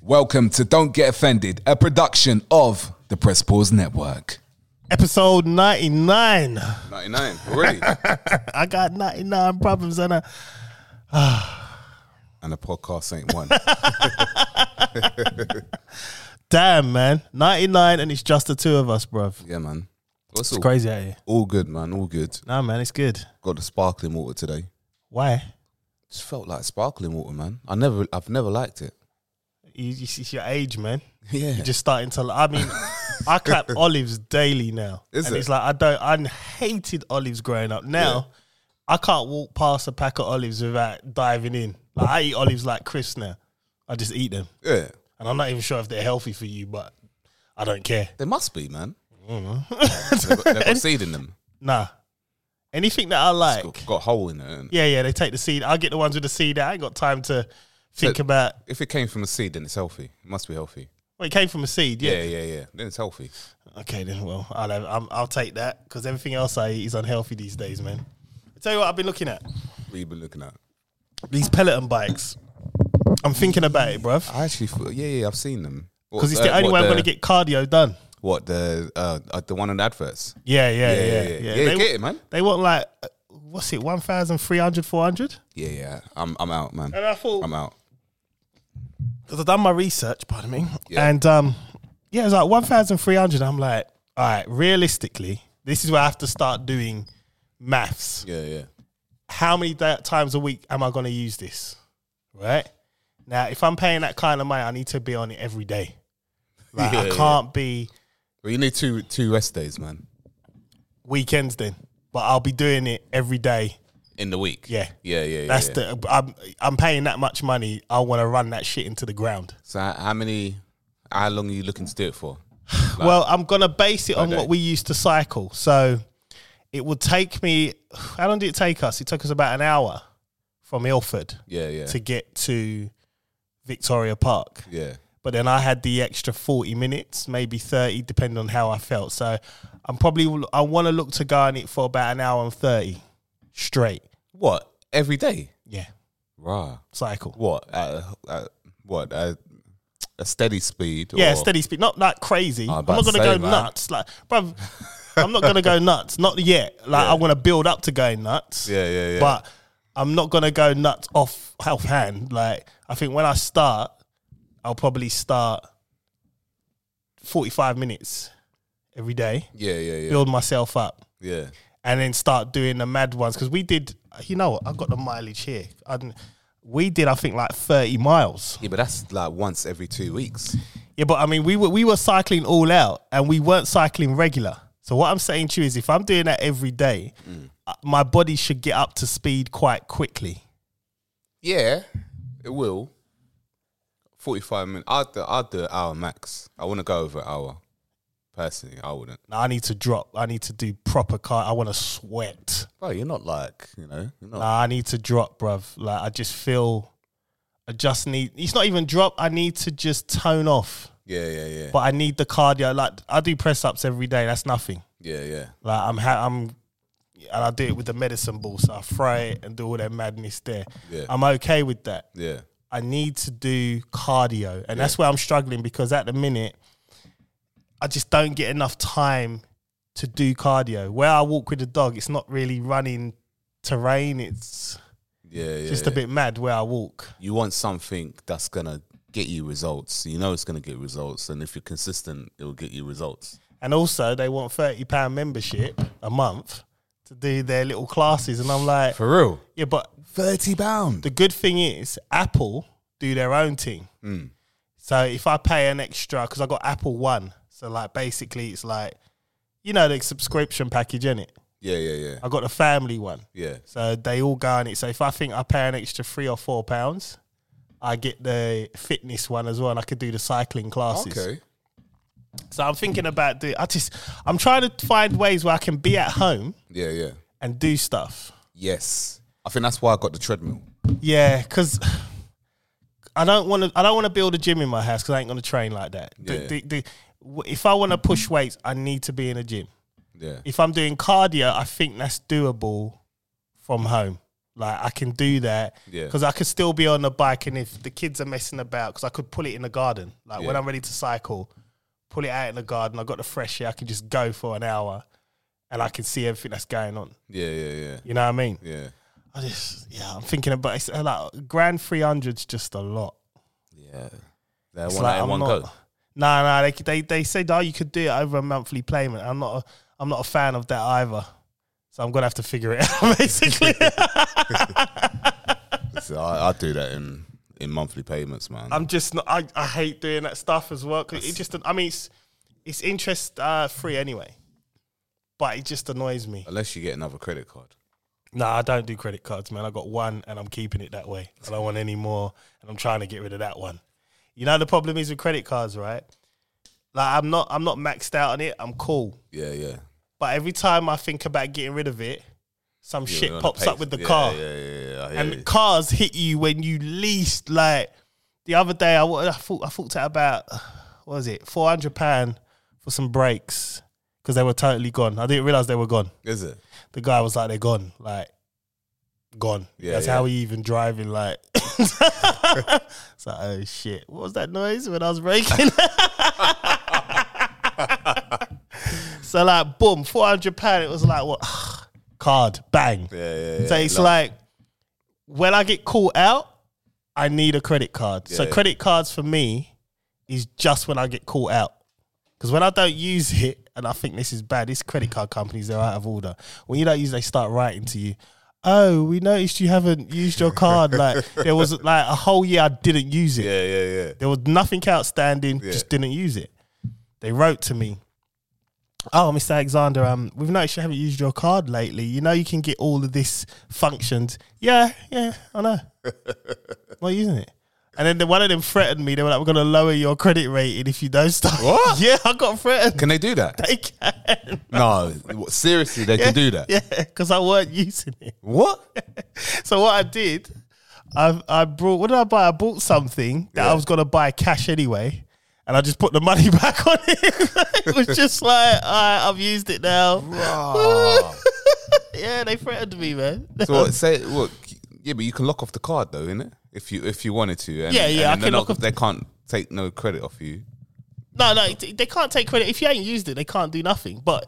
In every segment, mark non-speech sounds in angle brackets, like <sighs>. Welcome to Don't Get Offended, a production of the Press Pause Network. Episode 99. 99, <laughs> already. I got 99 problems and I, and the podcast ain't one. damn, man. 99 and it's just the two of us, bruv. Yeah, man. What's It's all, crazy out here. all good, man. All good. Nah, man, it's good. Got the sparkling water today. Why? Just felt like sparkling water, man. I never, I've never liked it. <laughs> You, you, it's your age, man. Yeah. You're just starting to. li- I <laughs> mean, I clap olives daily now. Is and it? it's like, I don't. I hated olives growing up. Now, I can't walk past a pack of olives without diving in. Like, I eat olives like crisps now. I just eat them. yeah. And I'm not even sure if they're healthy for you, but I don't care. They must be, man. <laughs> they've, got, they've <laughs> got seed in them. Nah. Anything that I like. Got, got a hole in it. innit? Yeah, yeah, they take the seed. I get the ones with the seed. I ain't got time to think about. If it came from a seed, then it's healthy. It must be healthy. Well, it came from a seed, yeah. Yeah, yeah, yeah. Then it's healthy. Okay, then, well, I'll, have, I'm, I'll take that because everything else I eat is unhealthy these days, man. I tell you what, I've been looking at What you been looking at? these Peloton bikes. I'm thinking about it, bruv, I actually, feel, yeah, yeah, I've seen them. because it's Ah, the only way I'm going to get cardio done. What the uh, uh the one on the adverts? Yeah, yeah, yeah, Yeah, yeah. yeah, yeah. They, get it, man. they want like, uh, what's it, 1,300, 400? Yeah, yeah. I'm I'm out, man. And I thought, I'm out. because I've done my research, pardon me, Yeah. and um, yeah, it's like one thousand three hundred. I'm like, all right, realistically, this is where I have to start doing maths. Yeah, yeah. How many da times a week am I going to use this? Right now, if I'm paying that kind of money, I need to be on it every day. Like, <laughs> I Yeah, yeah. can't be Well, you need two two rest days, man, weekends then, but I'll be doing it every day. in the week. Yeah. yeah, yeah. yeah That's yeah. the I'm I'm paying that much money. I want to run that shit into the ground. So how how many? How long are you looking to do it for? well, I'm gonna base it on Okay. what we used to cycle. So it would take me <sighs> how long did it take us? It took us about an hour from Ilford Yeah, yeah, to get to Victoria Park. yeah. But then I had the extra 40 minutes, maybe 30, depending on how I felt. So I'm probably I wanna look to go on it for about an hour and 30 straight. What every day? Yeah. Rah. Cycle. What? Uh, uh, what? Uh, a steady speed? Yeah, or- steady speed. Not like crazy. I'm about not to gonna say, go man. nuts. Like bruv, I'm <laughs> not gonna go nuts. Not yet. Like I wanna build up to going nuts. Yeah, yeah, yeah. but I'm not gonna go nuts off off hand. Like I think when I start, I'll probably start 45 minutes every day, yeah, yeah, yeah, build myself up, yeah. and then start doing the mad ones because we did. You know what? I've got the mileage here. I didn't- we did, I think, like 30 miles. Yeah, but that's like once every two weeks. Yeah, but I mean, we were we were cycling all out, and we weren't cycling regular. So what I'm saying to you is, if I'm doing that every day, uh, my body should get up to speed quite quickly. Yeah, it will. Forty-five minutes. I'd do, I'd do an hour max. I want to go over an hour. Personally, I wouldn't. Nah, I need to drop. I need to do proper car. I want to sweat. Bro, you're not like you know. You're not. Nah, I need to drop, bruv. Like I just feel, I just need. It's not even drop. I need to just tone off. Yeah, yeah, yeah, But I need the cardio. Like I do press ups every day. That's nothing. yeah, yeah. Like I'm, ha- I'm, and I do it with the medicine ball. So I fry it and do all that madness there. Yeah. I'm okay with that. Yeah. I need to do cardio. And that's where I'm struggling because at the minute, I just don't get enough time to do cardio. Where I walk with the dog, it's not really running terrain, it's Yeah, yeah. just yeah. a bit mad where I walk. You want something that's gonna get you results. You know it's gonna get results, and if you're consistent, it will get you results. And also, they want £30 membership a month to do their little classes. And I'm like, For real, yeah, but thirty pound. the good thing is Apple do their own thing. So if I pay an extra, because I got Apple One, so like basically it's like, you know, the subscription package in it. Yeah, yeah, yeah, I got the family one, yeah. so they all go on it. So if I think I pay an extra three or four pounds, I get the fitness one as well, and I could do the cycling classes. Okay. So I'm thinking about the. I just I'm trying to find ways where I can be at home Yeah, yeah. and do stuff. Yes, I think that's why I got the treadmill. Yeah, because <sighs> I don't want to. I don't want to build a gym in my house because I ain't going to train like that. The- Yeah. the- the- w- if I want to push weights, I need to be in a gym. Yeah, If I'm doing cardio, I think that's doable from home. Like I can do that Yeah. because I could still be on the bike, and if the kids are messing about, because I could pull it in the garden. Like when Yeah. I'm ready to cycle, pull it out in the garden. I got the fresh air. I can just go for an hour, and I can see everything that's going on. Yeah, yeah, yeah. You know what I mean? Yeah. I just yeah, I'm thinking about it's uh, like grand three hundreds just a lot. Yeah. They It's want that in one go. No, no, they they they said oh you could do it over a monthly payment. I'm not a, I'm not a fan of that either. So I'm gonna have to figure it <laughs> <laughs> out basically. So I, I do that in, in monthly payments, man. I'm just not, I I hate doing that stuff as well. 'cause it just I mean it's it's interest uh, free anyway, but it just annoys me. Unless you get another credit card. No, I don't do credit cards, man. I got one and I'm keeping it that way. I don't want any more and I'm trying to get rid of that one. You know the problem is with credit cards, right? Like I'm not I'm not maxed out on it. I'm cool. Yeah, yeah. But every time I think about getting rid of it, some You shit wanna pops pay- up with the yeah, car. Yeah, yeah, yeah. I hear And you. cars hit you when you least like. The other day, I, wa- I thought I thought to about what was it four hundred pound for some brakes because they were totally gone. I didn't realize they were gone. Is it? The guy was like, "They're gone, like gone." Yeah, That's yeah. how he even driving. Like, <laughs> it's like, oh shit, what was that noise when I was braking? <laughs> so like, boom, four hundred pound. It was like what <sighs> card bang. Yeah, yeah, yeah. So it's Like- like when I get caught out, I need a credit card. so Yeah. credit cards for me is just when I get caught out. Because when I don't use it, and I think this is bad, these credit card companies they're out of order. When you don't use, it, they start writing to you. Oh, we noticed you haven't used your card. Like there was like a whole year I didn't use it. yeah, yeah, yeah. There was nothing outstanding, Yeah. just didn't use it. They wrote to me, Oh, Mr. Alexander, um, we've noticed you haven't used your card lately. You know you can get all of this functions. Yeah, yeah, I <laughs> know. Not using it. And then the, one of them threatened me. They were like, We're gonna lower your credit rating if you don't start. What? <laughs> yeah, I got threatened. <laughs> Can they do that? They can. No, what- seriously, they can do that. Yeah, because I weren't using it. <laughs> What? so what I did, I I brought. What did I buy? I bought something that I Yeah. was gonna buy cash anyway, and I just put the money <laughs> back on it. <laughs> it was just like "Alright, I've used it now. <laughs> Ah. yeah, they threatened me, man. so what, say what? Yeah, but you can lock off the card though, innit? If you if you wanted to. And, Yeah, yeah, I And then can they're lock not- off- They can't take no credit off you. <laughs> No, no, it- they can't take credit if you ain't used it. They can't do nothing, but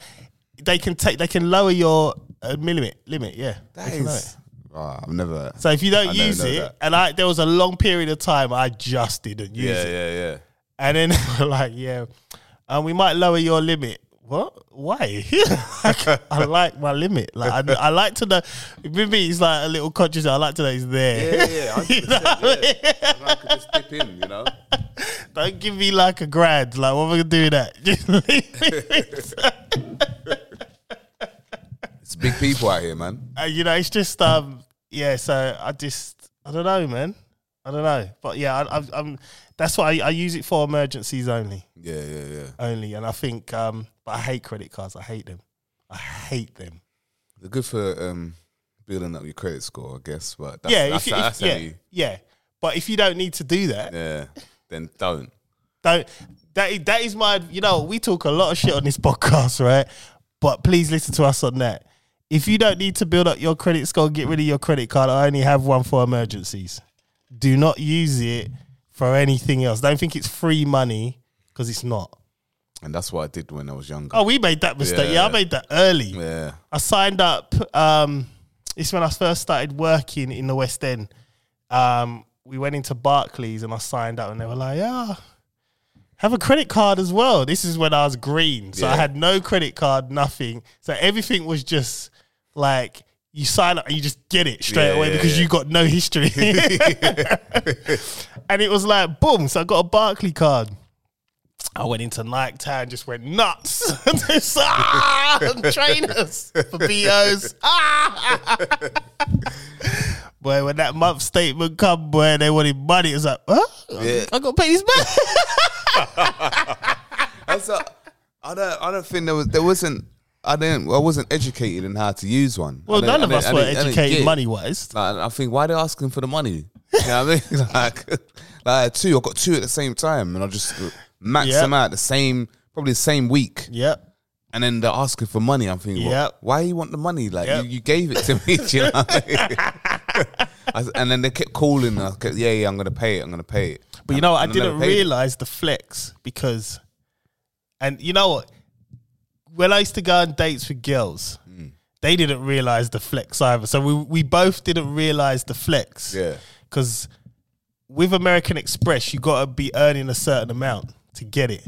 they can take. They can lower your uh, limit. Limit, yeah. They That can lower is. it. Ah, I've never. So if you don't I never use know it, that. and I there was a long period of time I just didn't use yeah, it. yeah, yeah. And then <laughs> they were like, yeah, um, we might lower your limit. What? Why? <laughs> I like my limit. Like I, I like to know. Maybe he's like a little conscious. I like to know he's there. Yeah, yeah, <laughs> 100%, <laughs> You know what I mean? I could just dip in, you know. Don't give me like a grand. Like what am I gonna do with that? <laughs> Just leave it. It's big people out here, man. Uh, you know, it's just um, yeah. So I just I don't know, man. I don't know, but yeah, I, I'm, I'm. That's why I, I use it for emergencies only. Yeah, yeah, yeah. only. And I think, um, but I hate credit cards. I hate them. I hate them. They're good for um, building up your credit score, I guess. But that's, yeah, that's, if you, that's if, yeah, how you- yeah. But if you don't need to do that, yeah. Then don't. don't. That is, that is my. You know, we talk a lot of shit on this <laughs> podcast, right? But please listen to us on that. If you don't need to build up your credit score, get rid of your credit card. I only have one for emergencies. Do not use it for anything else. Don't think it's free money because it's not. And that's what I did when I was younger. Oh, we made that mistake. Yeah, I Yeah. made that early. Yeah. I signed up. Um, it's when I first started working in the West End. Um, we went into Barclays and I signed up, and they were like, "Yeah, have a credit card as well." This is when I was green, so I Yeah. had no credit card, nothing. So everything was just like you sign up and you just get it straight Yeah, away yeah, because yeah. you got <laughs> no history. and it was like boom. So I got a Barclay card. I went into Nike Town, just went nuts. <laughs> Just, ah, trainers for BOs. Ah. boy, when that month statement come, boy, and they wanted money. It was like, huh? Yeah. I got to pay this back. That's a, uh, I don't. I don't think there was. There wasn't. I didn't. I wasn't educated in how to use one. Well, I didn't- none of I us didn't- were I didn't- I didn't get educated it. money wise. Like, I think why they asking for the money? <laughs> You know what I mean? <laughs> Like, like I had two. I got two at the same time, and I just maxed Yeah. them out the same, probably the same week. Yep. And then they're asking for money. I'm thinking, well, Yep. why you want the money? Like <laughs> Yep. you, you gave it to me. do you know what I mean? <laughs> I, and then they kept calling. I kept, yeah, yeah, I'm gonna pay it. I'm gonna pay it. But you know, what? I And I never didn't paid it. realize the flex because, and you know what? When I used to go on dates with girls, Mm. they didn't realize the flex either. So we we both didn't realize the flex. Yeah. Because with American Express, you gotta be earning a certain amount to get it.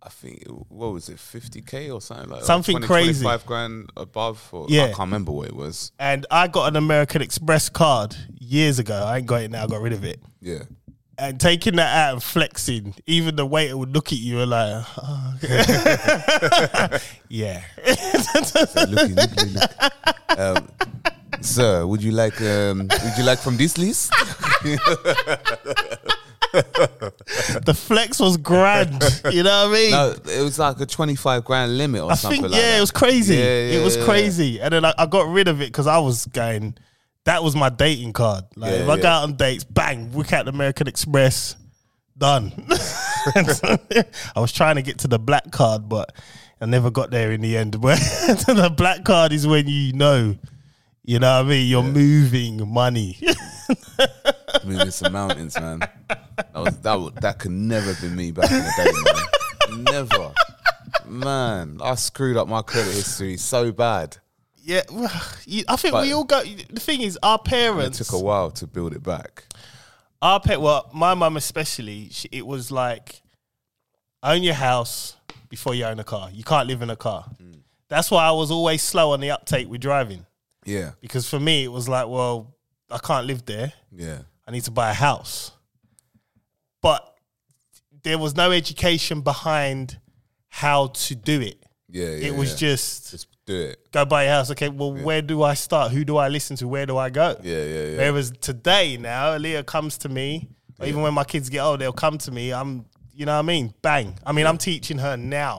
I think it- what was it, 50k or something like that? Something crazy. Five grand above. Or, Yeah. I can't remember what it was. And I got an American Express card years ago. I ain't got it now. I got rid of it. <laughs> Yeah. And taking that out and flexing, even the waiter would look at you and like, "Oh, <laughs> yeah. Looking, looking, looking. Um, sir, would you like um, would you like from this <laughs> list? the flex was grand. You know what I mean? No, Uh, it was like a 25 grand limit or I something think yeah, like that. it was crazy. Yeah, yeah, it was yeah, yeah. crazy, and then I, I got rid of it because I was going. That was my dating card. Like Yeah, if I yeah. go out on dates, bang, look at American Express, done. <laughs> I was trying to get to the black card, but I never got there in the end. <laughs> But the black card is when you know, you know what I mean. You're moving money. <laughs> Moving some mountains, man. That was that. wa- That could never have been me back in the day, man. Never, man. I screwed up my credit history so bad. yeah, you- I think But- we all go. The thing is, our It parents took a while to build it back. our pet well my mum especially she, it was like own your house before you own a car you can't live in a car that's why i was always slow on the uptake with driving Yeah, because for me it was like well i can't live there yeah, i need to buy a house but there was no education behind how to do it yeah. yeah it was yeah. just just do it. go buy a house okay well where do i start who do i listen to where do i go Yeah, yeah, yeah. Whereas today now, Leah comes to me, or even when my kids get old, they'll come to me. I'm, you know what I mean? Bang. I mean, I'm teaching her now.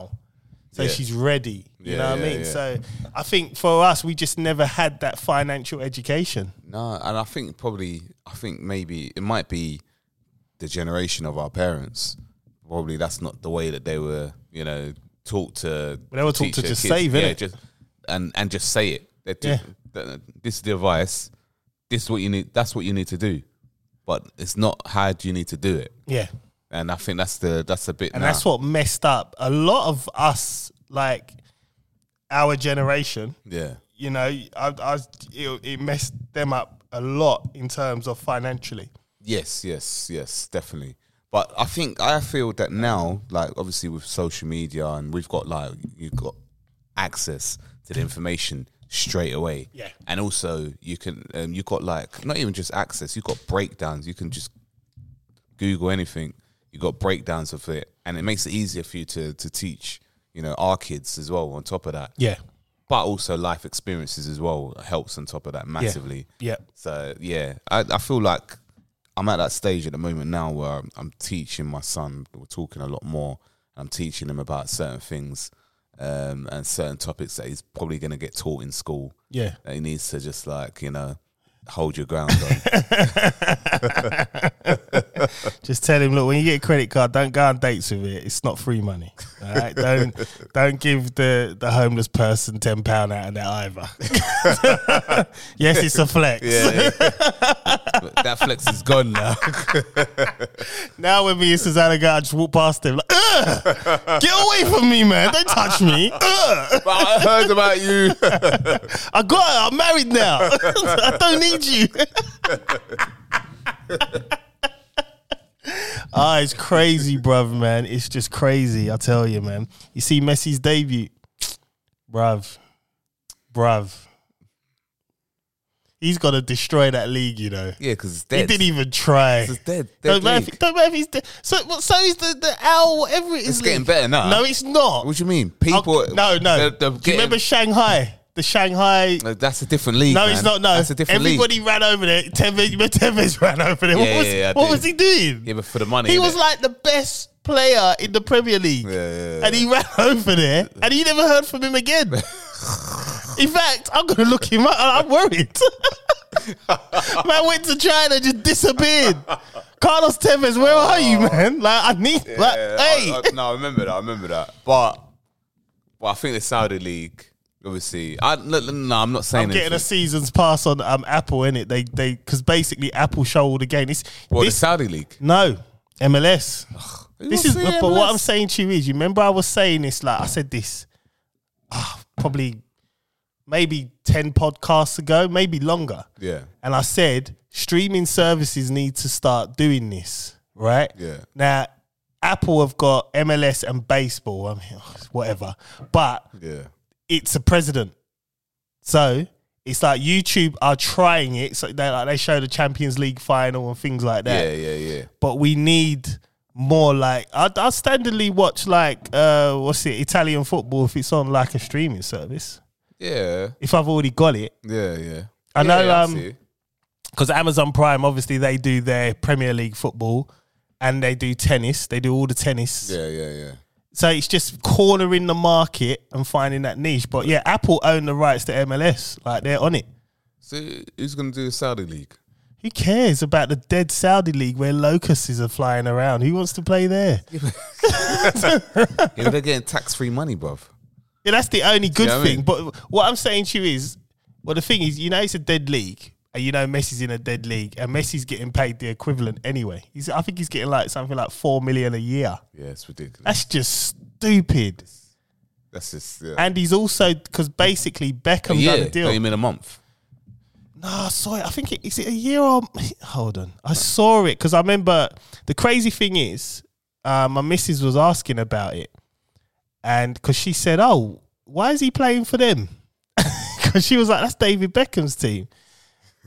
So Yeah. she's ready. You Yeah, know what I yeah, mean? yeah. So I think for us, we just never had that financial education. No, and I think probably, I think maybe it might be the generation of our parents. Probably that's not the way that they were, you know, taught to. They were teach taught to their just kids. save, yeah, innit? just and and just say it. They do- Yeah. th- This is the advice. This is what you need. That's what you need to do, but it's not how do you need to do it. Yeah. And I think that's the that's a bit. And that's what messed up a lot of us, like our generation. yeah, You know, I, I, it, it messed them up a lot in terms of financially. Yes, yes, yes, definitely. But I think I feel that now, like obviously with social media and we've got like you've got access to the information straight away. Yeah. And also you can um, you've got like not even just access, you've got breakdowns. You can just Google anything. You've got breakdowns of it. And it makes it easier for you to to teach, you know, our kids as well on top of that. Yeah. But also life experiences as well helps on top of that massively. Yeah. So yeah, I, I feel like I'm at that stage at the moment now where I'm, I'm teaching my son. We're talking a lot more. I'm teaching him about certain things um, and certain topics that he's probably going to get taught in school. Yeah. That he needs to just like you know hold your ground <laughs> on. Just tell him, look, when you get a credit card, don't go on dates with it. It's not free money. All right? don't don't give the, the homeless person ten pound out of that either. <laughs> yes, it's a flex. yeah, yeah. But that flex is gone now. <laughs> Now when me and Susanna go, I just walk past him like, "Ugh! get away from me, man! Don't touch me. Ugh! but I heard about <laughs> you. I got, her. I'm married <laughs> now. <laughs> I don't need you." <laughs> Ah, it's crazy, bruv, man. It's just crazy. I tell you, man. You see Messi's debut, bruv, bruv. He's gonna destroy that league, you know. Yeah, because it's He dead. didn't even try. it's dead. dead Don't matter, league. if, don't matter if he's dead. So, well, so is the the owl. Whatever it is, It's getting league. better now. No, it's not. what do you mean? People? Oh, no, no. they're- they're Do you getting- remember Shanghai? The Shanghai. No, that's a different league. No, man. it's not. No, that's a different league. everybody ran over there. Tevez, remember Tevez <laughs> ran over Yeah, there. what was, yeah, yeah, I what do. was he doing? Yeah, but for the money. He innit? was like the best player in the Premier League. yeah, And he ran <laughs> over there and you never heard from <laughs> him again. in fact, I'm going to look him up. I'm worried. <laughs> man went to China, just disappeared. Carlos Tevez, where are you, man? Like, I need, like, Oh. Yeah, <laughs> hey. I, I, no, I remember that. I remember that. But, but I think the Saudi league obviously, I no, no, no, I'm not saying I'm getting a anything. season's pass on um, Apple, in it. They they because basically Apple show all the game. It's Well, this the Saudi league. no MLS. This is but what I'm saying. saying to you is, you remember I was saying this like I said this ah, probably maybe ten podcasts ago, maybe longer. Yeah, and I said streaming services need to start doing this, right? Yeah. Now, Apple have got MLS and baseball. I mean, <laughs> whatever, but yeah, it's a president. So it's like YouTube are trying it. So they like they show the Champions League final and things like that. yeah, yeah, yeah. But we need more like I I standardly watch like uh what's it Italian football if it's on like a streaming service. Yeah, If I've already got it, yeah, yeah. I know, um, see. because Amazon Prime obviously they do their Premier League football and they do tennis. They do all the tennis. Yeah, yeah, yeah. So it's just cornering the market and finding that niche. But yeah, Apple own the rights to MLS. Like they're on it. So who's gonna do the Saudi <laughs> league? Who cares about the dead Saudi league where locusts are flying around? Who wants to play there? Yeah, but they're getting tax-free money, bruv. Yeah, that's the only good what I thing. mean? But what I'm saying to you is, well, the thing is, you know, it's a dead league, and you know, Messi's in a dead league, and Messi's getting paid the equivalent anyway. He's, I think he's getting like something like four million a year. Yeah, it's ridiculous. That's just stupid. That's just yeah. And he's also because basically a Beckham done year. a deal. Not even a month. No, I saw it. I think it is it a year or hold on. I saw it because I remember the crazy thing is, uh, my missus was asking about it, and because she said, "Oh, why is he playing for them?" <laughs> Because she was like, "That's David Beckham's team,"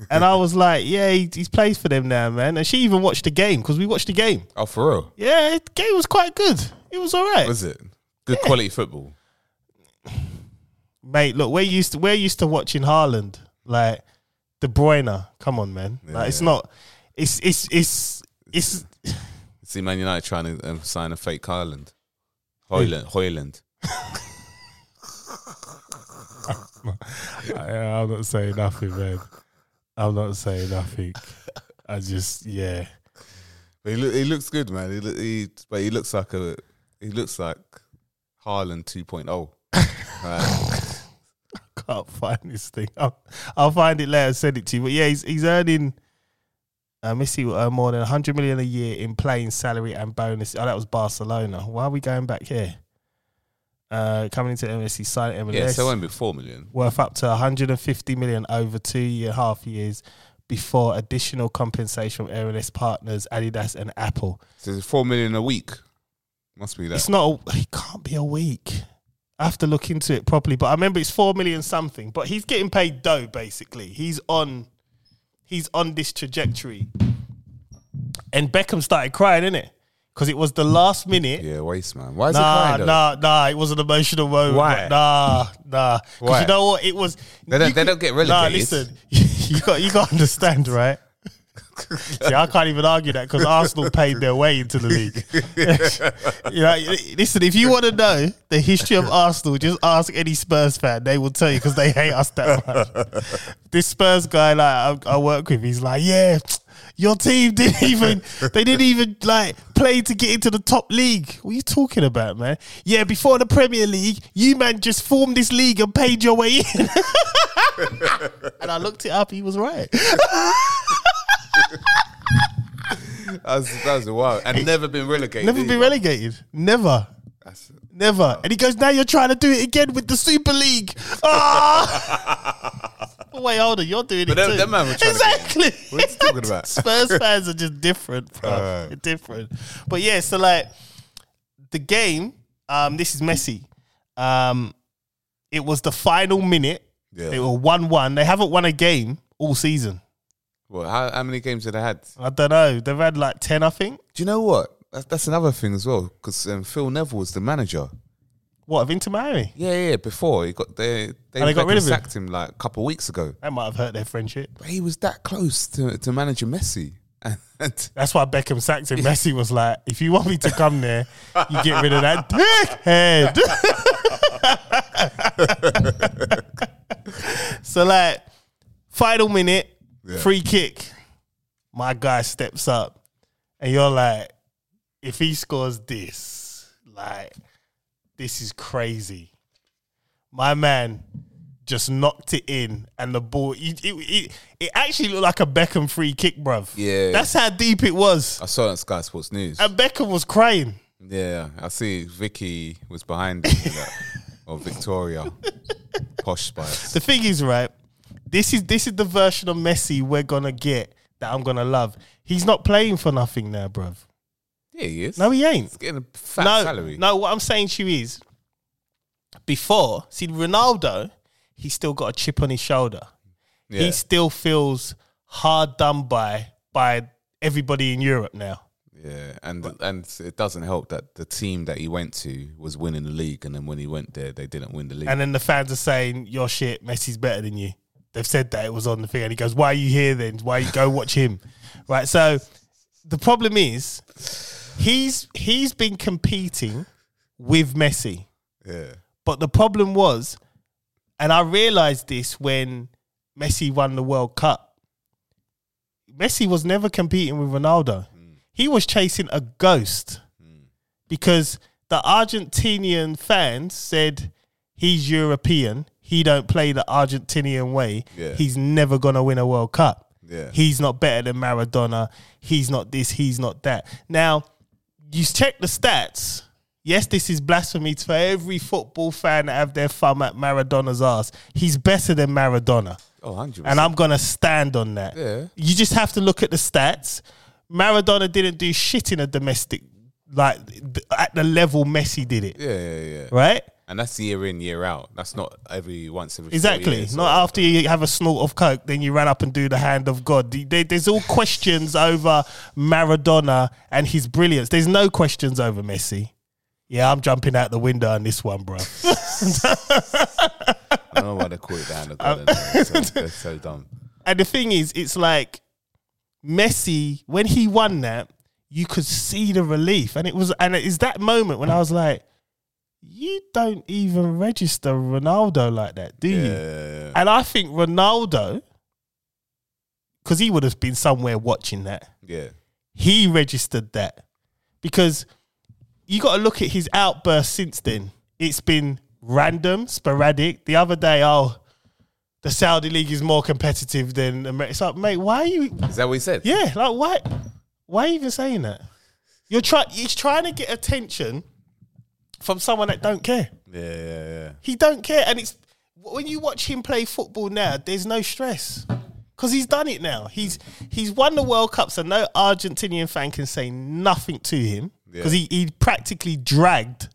and I was like, "Yeah, he, he plays for them now, man." And she even watched the game because we watched the game. Oh, for real? Yeah, the game was quite good. It was all right. Was it good quality football? mate, look, we're used to we're used to watching Haaland, like De Bruyne. Come on, man. Like it's not it's it's it's it's See, Man United trying to um, sign a fake Haaland. Hoyland, Hoyland. I, am not saying nothing, man. I'm not saying nothing. I just yeah. But he, loo- he looks good, man. He, loo- he but he looks like a he looks like Haaland 2.0. oh. <laughs> Right. <laughs> Can't find this thing. I'll, I'll find it later and send it to you. But yeah, he's he's earning uh, Missy uh, more than 100 million a year in playing salary and bonus. Oh, that was Barcelona. Why are we going back here? Uh, coming into MLS, he signed MLS. yeah, so it won't be four million. worth up to 150 million over two year half years before additional compensation from MLS partners Adidas and Apple. So it's four million a week. Must be that. It's not a, it can't be a week. I have to look into it properly, but I remember it's 4 million something, but he's getting paid dough basically. He's on he's on this trajectory. And Beckham started crying, innit? Cuz it was the last minute. yeah, waste man. Why is it Nah, crying though? nah, nah! It was an emotional moment. Why? Nah, nah. Because Why? you know what? It was. They don't- you they could- don't get Nah, relegated. listen. <laughs> You got you got to <laughs> understand, right? See, I can't even argue that because Arsenal paid their way into the league. <laughs> you know, listen. If you want to know the history of Arsenal, just ask any Spurs fan. They will tell you because they hate us that much. this Spurs guy, like I, I work with, he's like, yeah. Your team <laughs> didn't even they didn't even like play to get into the top league. What are you talking about, man? Yeah, before the Premier League, you man just formed this league and paid your way in. and I looked it up, he was right. That was, that was a while. And never been relegated. <laughs> Never either. been relegated. Never. That's- Never. And he goes, now you're trying to do it again with the Super League. <laughs> Ah! <laughs> Wait, hold on. You're doing it them- too. them man were trying to get exactly. What are you talking about? <laughs> <laughs> Spurs fans are just different, bro. Alright. They're different. But yeah, so like the game, um, this is messy. Um, it was the final minute. Yeah. They were 1 1. They haven't won a game all season. Well, how, how many games did I had? I don't know. They've had like 10, I think. Do you know what? That's, that's another thing as well because um, Phil Neville was the manager. What, of Inter Miami? Yeah, yeah. Before he got they they, And they got reckon rid of him? sacked him like a couple of weeks ago. That might have hurt their friendship. But he was that close to to managing Messi. <laughs> And That's why Beckham sacked him. Messi was like, if you want me to come there, you get rid of that <laughs> dickhead. <laughs> so, like, final minute, Yeah. free kick. My guy steps up, and you're like, if he scores this, like, this is crazy. My man just knocked it in, and the ball it, it, it, it actually looked like a Beckham free kick, bruv. Yeah. that's how deep it was. I saw it on Sky Sports News. And Beckham was crying. yeah, I see Vicky was behind it, <laughs> with that. or Victoria, posh spice. The thing is, right? This is this is the version of Messi we're gonna get that I'm gonna love. He's not playing for nothing now, bruv. Yeah, he is. No, he ain't. He's getting a fat no, salary. no. What I'm saying to you is, before see Ronaldo, he's still got a chip on his shoulder. yeah. He still feels hard done by by everybody in Europe now. Yeah, and and it doesn't help that the team that he went to was winning the league, and then when he went there, they didn't win the league. And then the fans are saying, "Your shit, Messi's better than you." They've said that it was on the thing, and he goes, "Why are you here then? Why you go watch him?" Right. So the problem is, he's he's been competing with Messi, yeah, but the problem was, and I realized this when Messi won the World Cup. Messi was never competing with Ronaldo. He was chasing a ghost because the Argentinian fans said he's European. He don't play the Argentinian way. Yeah. He's never gonna win a World Cup. Yeah. He's not better than Maradona. He's not this. He's not that. Now, you check the stats. Yes, this is blasphemy for every football fan that have their thumb at Maradona's ass. He's better than Maradona. oh, 100 And I'm going to stand on that. Yeah. You just have to look at the stats. Maradona didn't do shit in a domestic, like th- at the level Messi did it, yeah, yeah, yeah. right? And that's year in, year out. That's not every once every four Exactly. years, Not or- after you have a snort of coke, then you ran up and do the hand of God. The- there- There's all questions over Maradona and his brilliance. There's no questions over Messi. Yeah, I'm jumping out the window on this one, bro. I don't know why they call it the <laughs> Um, hand of God. anyway, so they're so dumb. And the thing is, it's like Messi when he won that, you could see the relief, and it was, and it's that moment when I was like, "You don't even register Ronaldo like that, do Yeah, you?" yeah, And I think Ronaldo, because he would have been somewhere watching that, yeah. he registered that because you got to look at his outburst since then. It's been random, sporadic. The other day, oh, the Saudi league is more competitive than America. It's like, mate, why are you? Is that what he said? Yeah, like why? Why are you even saying that? You're trying. He's trying to get attention from someone that don't care. yeah, yeah, yeah. He don't care, and it's when you watch him play football now. There's no stress because he's done it now. He's he's won the World Cup, so no Argentinian fan can say nothing to him because Yeah. he he practically dragged.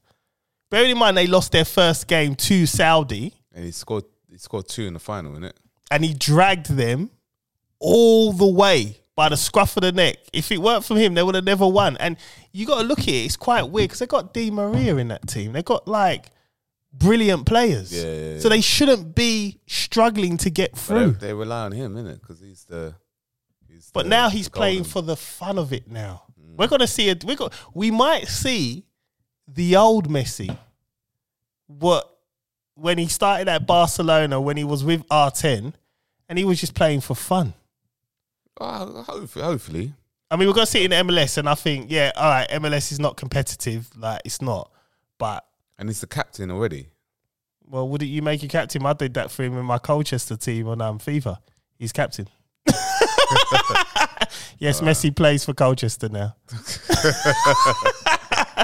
Bearing in mind they lost their first game to Saudi, And he scored. He scored two in the final, innit? and he dragged them all the way by the scruff of the neck. If it weren't for him, they would have never won. And you got to look at it; it's quite weird because they got Di Maria in that team. They got like brilliant players, Yeah, yeah, yeah. so they shouldn't be struggling to get But they, through. they rely on him, innit? Because he's the. He's But the- now he's the playing golden- Mm. for the fun of it. Now we're gonna see it. We got we might see the old Messi. What when he started at Barcelona when he was with R10, and he was just playing for fun. Oh, hopefully, hopefully, I mean, we're gonna see it in MLS, and I think, yeah, all right, MLS is not competitive, like it's not. But and he's the captain <laughs> already. well, wouldn't you make your captain? I did that for him in my Colchester team on um, FIFA. He's captain. <laughs> yes, Messi plays for Colchester now.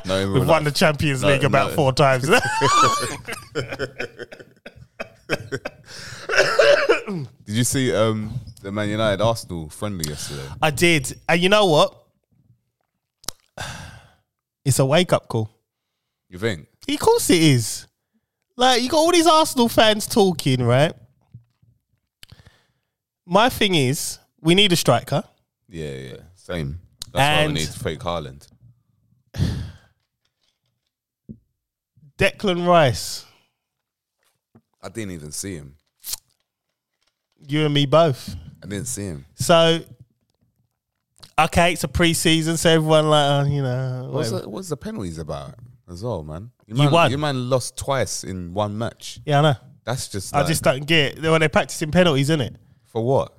No, in real We've won life. the Champions No, League about no. four <laughs> times. Did you see um, the Man United Arsenal friendly yesterday? I did, and you know what? <sighs> It's a wake up call. You think? Of course it is. Like you got all these Arsenal fans talking, right? My thing is, we need a striker. Yeah, yeah, same. That's And- why we need fake Haaland. Declan Rice, I didn't even see him. you and me both. I didn't see him. So, okay, it's a pre-season, so everyone like, uh, you know, What's whatever. the, what's the penalties about as well, man? Your You man, won. Your man lost twice in one match. yeah, I know. That's just. I like- just don't get. Well, they're practicing penalties, isn't it? for what?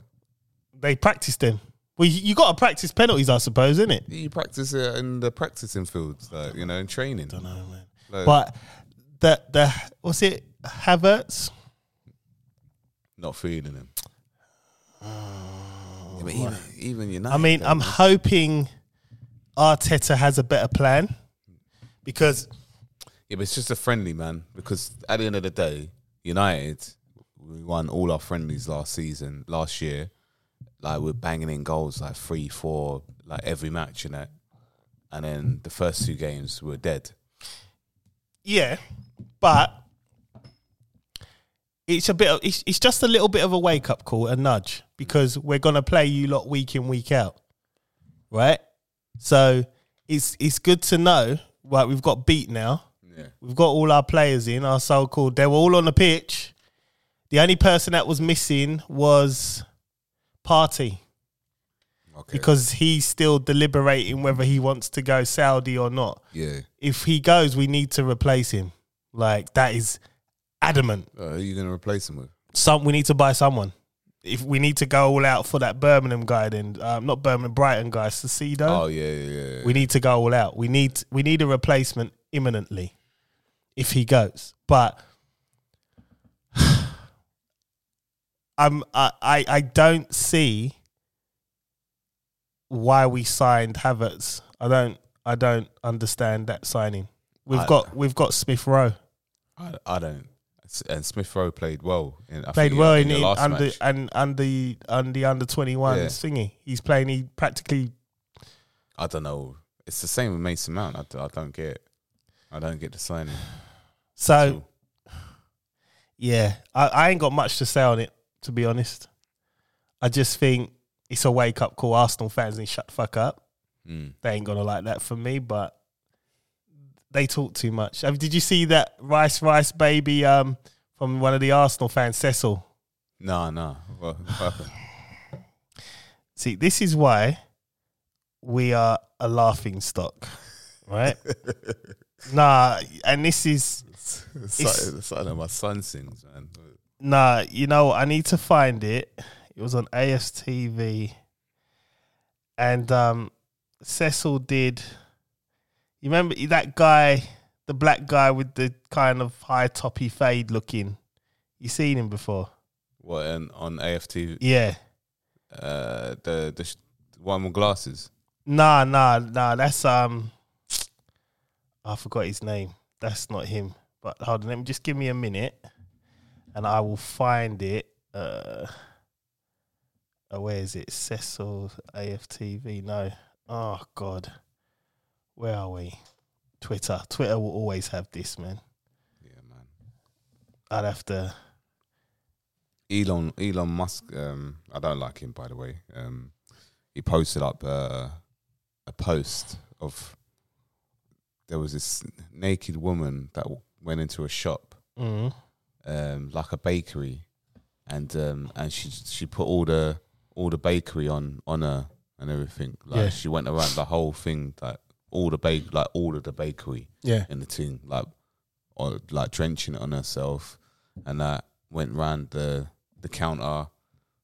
They practice them. Well, you, you got to practice penalties, I suppose, isn't it? You practice it in the practicing fields, like you know, in training. No, man. Like, But the the what's it? Havertz. not feeding <sighs> him. Yeah, but even, even United, I mean, I'm hoping Arteta has a better plan because yeah, but it's just a friendly man because at the end of the day, United we won all our friendlies last season, last year. Like we're banging in goals like three, four, like every match and that. And then the first two games were dead. yeah, but it's a bit. Of, it's it's just a little bit of a wake up call, a nudge because we're gonna play you lot week in week out, right? So it's it's good to know. Right, we've got beat now. Yeah. We've got all our players in, our so called. They were all on the pitch. The only person that was missing was Party Okay. because he's still deliberating whether he wants to go Saudi or not. yeah. If he goes, we need to replace him. Like that is adamant. Uh, who are you going to replace him with? Some we need to buy someone. If we need to go all out for that Birmingham guy, then um, not Birmingham, Brighton guy, Cecido. Oh yeah, yeah, yeah. We need to go all out. We need we need a replacement imminently if he goes. But <sighs> I'm I, I I don't see why we signed Havertz. I don't I don't understand that signing. We've I- got we've got Smith Rowe I, I don't. And Smith Rowe played well. In, I played think, well in in, the the last under match. and under and the under twenty one Yeah. thingy. He's playing. He practically I don't know. It's the same with Mason Mount. I, d- I don't get. I don't get the signing. so. Cool. Yeah, I, I ain't got much to say on it, to be honest. I just think it's a wake up call. Arsenal fans need to shut the fuck up. Mm. They ain't gonna like that for me, but they talk too much. I mean, did you see that Rice Rice baby um, from one of the Arsenal fans, Cecil? No, no. Well, <laughs> what happened? See, this is why we are a laughing stock, right? nah, and this is It's like- it's like my son sings, man. Nah, you know, I need to find it. It was on ASTV. And um Cecil did you remember that guy, the black guy with the kind of high toppy fade looking? You seen him before? What and on AFT? Yeah. Uh, the the sh- one with glasses. Nah, nah, nah, that's um I forgot his name. That's not him. But hold on, let me just give me a minute and I will find it. Uh oh, where is it? Cecil AFTV. No. Oh god. Where are we? Twitter. Twitter will always have this, man. Yeah, man. I'd have to Elon Elon Musk. Um, I don't like him, by the way. Um, he posted up uh, a post of there was this naked woman that w- went into a shop, mm, um, like a bakery, and um, and she she put all the all the bakery on on her and everything. Like Yeah. she went around the whole thing, like all the bake, like all of the bakery Yeah. in the thing, like or like drenching it on herself, and that went round the the counter,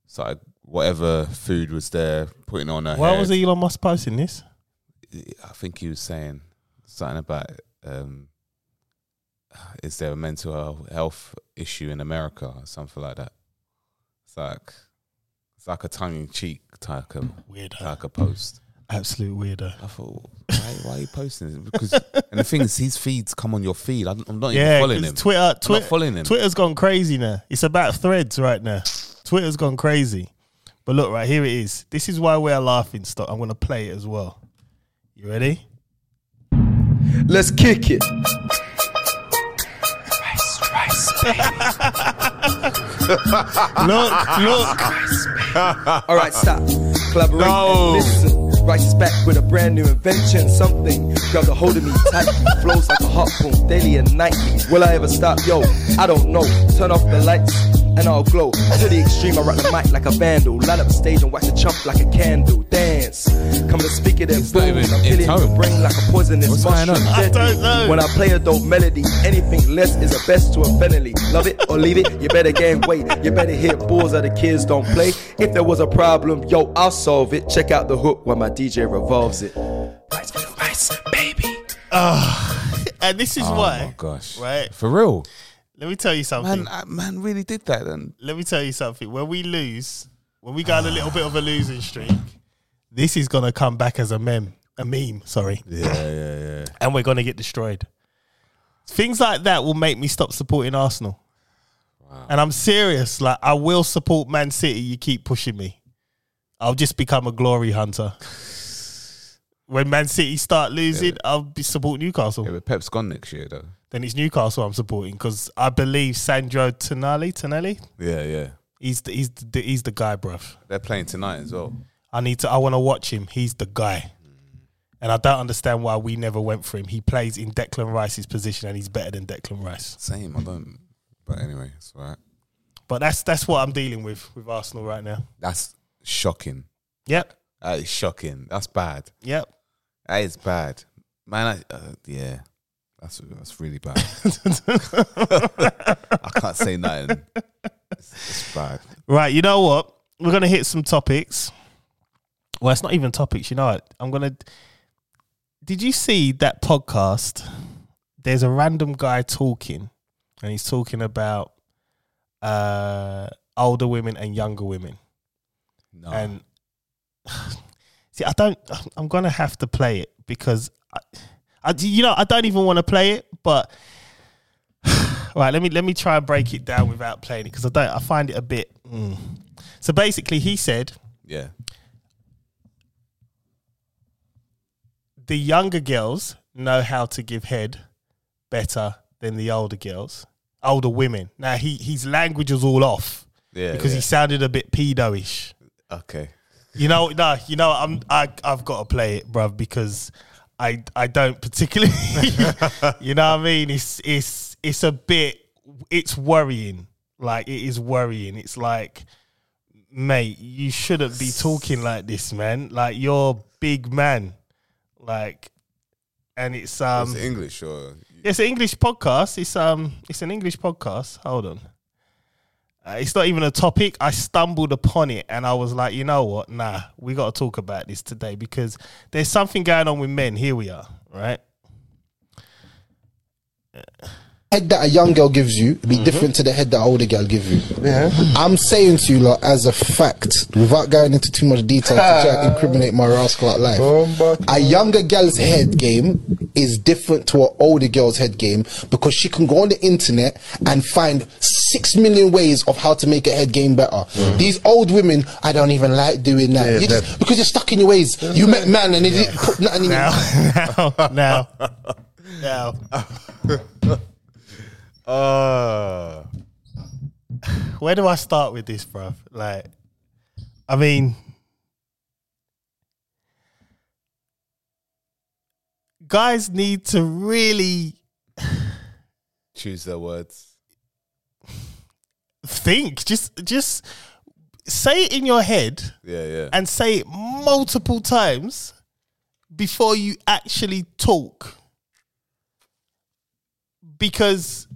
started whatever food was there, putting on her. Why head. was Elon Musk posting this? I think he was saying something about um, is there a mental hel- health issue in America or something like that. It's like it's like a tongue in cheek type of Weirdo. type of post. Absolute weirdo. I thought, why, why are you posting this? Because and the thing is, his feeds come on your feed. I don't- I'm not Yeah, even following 'cause him. Twitter, I'm not Twitter, following him. Twitter's gone crazy now. It's about threads right now. Twitter's gone crazy. But look, right here it is. This is why we're laughing stock. I'm gonna play it as well. <laughs> You ready? Let's kick it. Look, look. All right, stop. Collaborate No. and listen. Rice is back with a brand new invention. Something grabs a hold of me tightly. Flows like a harpoon daily and nightly. Will I ever stop? Yo, I don't know. Turn off the lights and I'll glow. To the extreme, I rock the mic like a vandal. Light up the stage and wax the chump like a candle. Dance. Come to speak it and not boom. even I'm in feeling tone. your brain like a poisonous What's going mushroom. on? I deadly. don't know. When I play a dope melody, anything less is a best to a felony. Love it or leave it, you better gain weight. You better hit balls that the kids don't play. If there was a problem, yo, I'll solve it. Check out the hook while my DJ revolves it. Rice, rice, baby. Ah. <laughs> and this is Oh why. my gosh! Right. for real. Let me tell you something. Man, I, man really did that then. Let me tell you something. When we lose, when we go on a little bit of a losing streak, this is gonna come back as a meme. A meme, sorry. Yeah, yeah, yeah. And we're gonna get destroyed. Things like that will make me stop supporting Arsenal. And I'm serious. Like I will support Man City. You keep pushing me. I'll just become a glory hunter. when Man City start losing, I'll be support Newcastle. Yeah, but Pep's gone next year though. then it's Newcastle I'm supporting because I believe Sandro Tonali, Tonelli, Yeah, yeah. he's the, he's the, he's the guy, bruv. They're playing tonight as well. I need to. I want to watch him. He's the guy, and I don't understand why we never went for him. He plays in Declan Rice's position, and he's better than Declan Rice. Same, I don't. But anyway, it's all right. But that's that's what I'm dealing with with Arsenal right now. That's shocking. Yep, That is shocking. That's bad. yep. That is bad, man. I, uh, yeah, that's that's really <laughs> bad. I can't say nothing. It's, it's bad. Right, you know what? We're gonna hit some topics. Well, it's not even topics. You know, what? I'm gonna. Did you see that podcast? There's a random guy talking, and he's talking about uh, older women and younger women. No, And <sighs> see, I don't. I'm gonna have to play it because, I, I you know, I don't even want to play it. But <sighs> right, let me let me try and break it down without playing it because I don't. I find it a bit. mm. So basically, he said yeah, the younger girls know how to give head better than the older girls, older women. Now he his language was all off yeah. because he sounded a bit pedo-ish. yeah. okay. You know, no, you know, I'm I I've got to play it, bruv, because I I don't particularly. <laughs> you know what I mean? It's it's it's a bit. It's worrying. Like it is worrying. It's like, mate, you shouldn't be talking like this, man. Like you're big man. Like, and it's um, Is it English or it's an English podcast. It's um, it's an English podcast. Hold on. Uh, it's not even a topic. I stumbled upon it and I was like, you know what? Nah, we got to talk about this today because there's something going on with men. Here we are, right? head that a young girl gives you be different to the head that an older girl give you. Mm-hmm. Yeah. I'm saying to you, like, as a fact, without going into too much detail to try <laughs> and incriminate my rascal at life, a younger girl's head game is different to an older girl's head game because she can go on the internet and find six million ways of how to make a head game better. These old women, I don't even like doing Mm. that. you just, because you're stuck in your ways. You met man and they didn't put nothing in your Now, <laughs> now, now, now. uh Where do I start with this, bruv? Like, I mean, guys need to really choose their words? think just just say it in your head Yeah, yeah. and say it multiple times before you actually talk because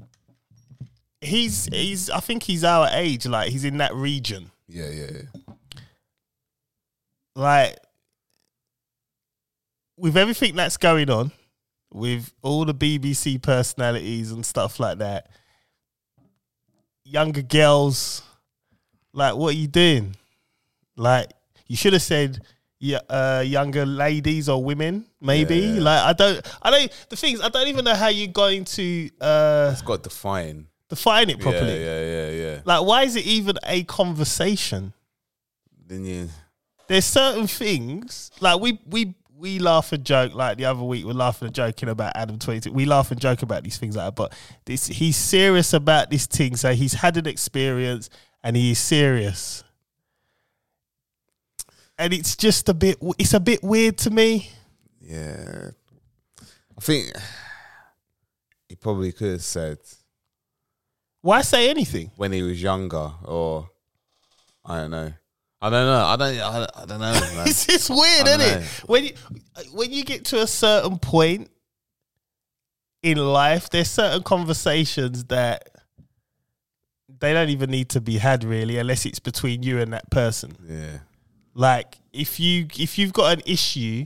he's he's i think he's our age like he's in that region yeah, yeah, yeah. like with everything that's going on with all the BBC personalities and stuff like that younger girls like what are you doing like you should have said yeah, uh, younger ladies or women maybe Yeah. like i don't i don't the things i don't even know how you're going to uh It's got define. define it properly Yeah, yeah, yeah, yeah. like why is it even a conversation Then you there's certain things like we we we laugh and joke like the other week we're laughing and joking about Adam Twenty. We laugh and joke about these things like that, but this he's serious about this thing. So he's had an experience and he is serious, and it's just a bit it's a bit weird to me. Yeah. I think he probably could have said Why say anything? when he was younger, or I don't know. I don't know. I don't. I, don't- I don't know. <laughs> Man. It's just weird, I isn't know. it? When you when you get to a certain point in life, there's certain conversations that they don't even need to be had really, unless it's between you and that person. yeah. Like if you if you've got an issue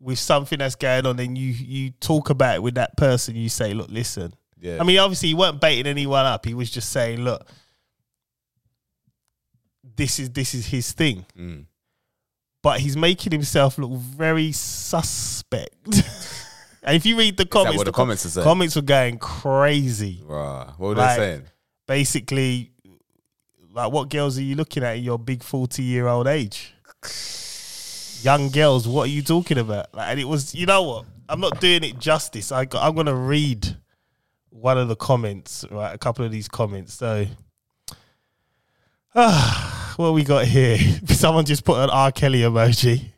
with something that's going on, then you you talk about it with that person. You say, look, listen, Yeah. I mean, obviously, he weren't baiting anyone up. He was just saying, "Look, this is this is his thing." Mm. But he's making himself look very suspect. <laughs> and if you read the comments, what the com- comments are saying? comments were going crazy. Rah. What were Like- they saying? Basically, like, what girls are you looking at in your big forty-year-old age? Young girls, what are you talking about? Like, and it was, you know what? I'm not doing it justice. I, I'm going to read one of the comments, right? A couple of these comments. So, <sighs> ah, what we got here? <laughs> Someone just put an R. Kelly emoji.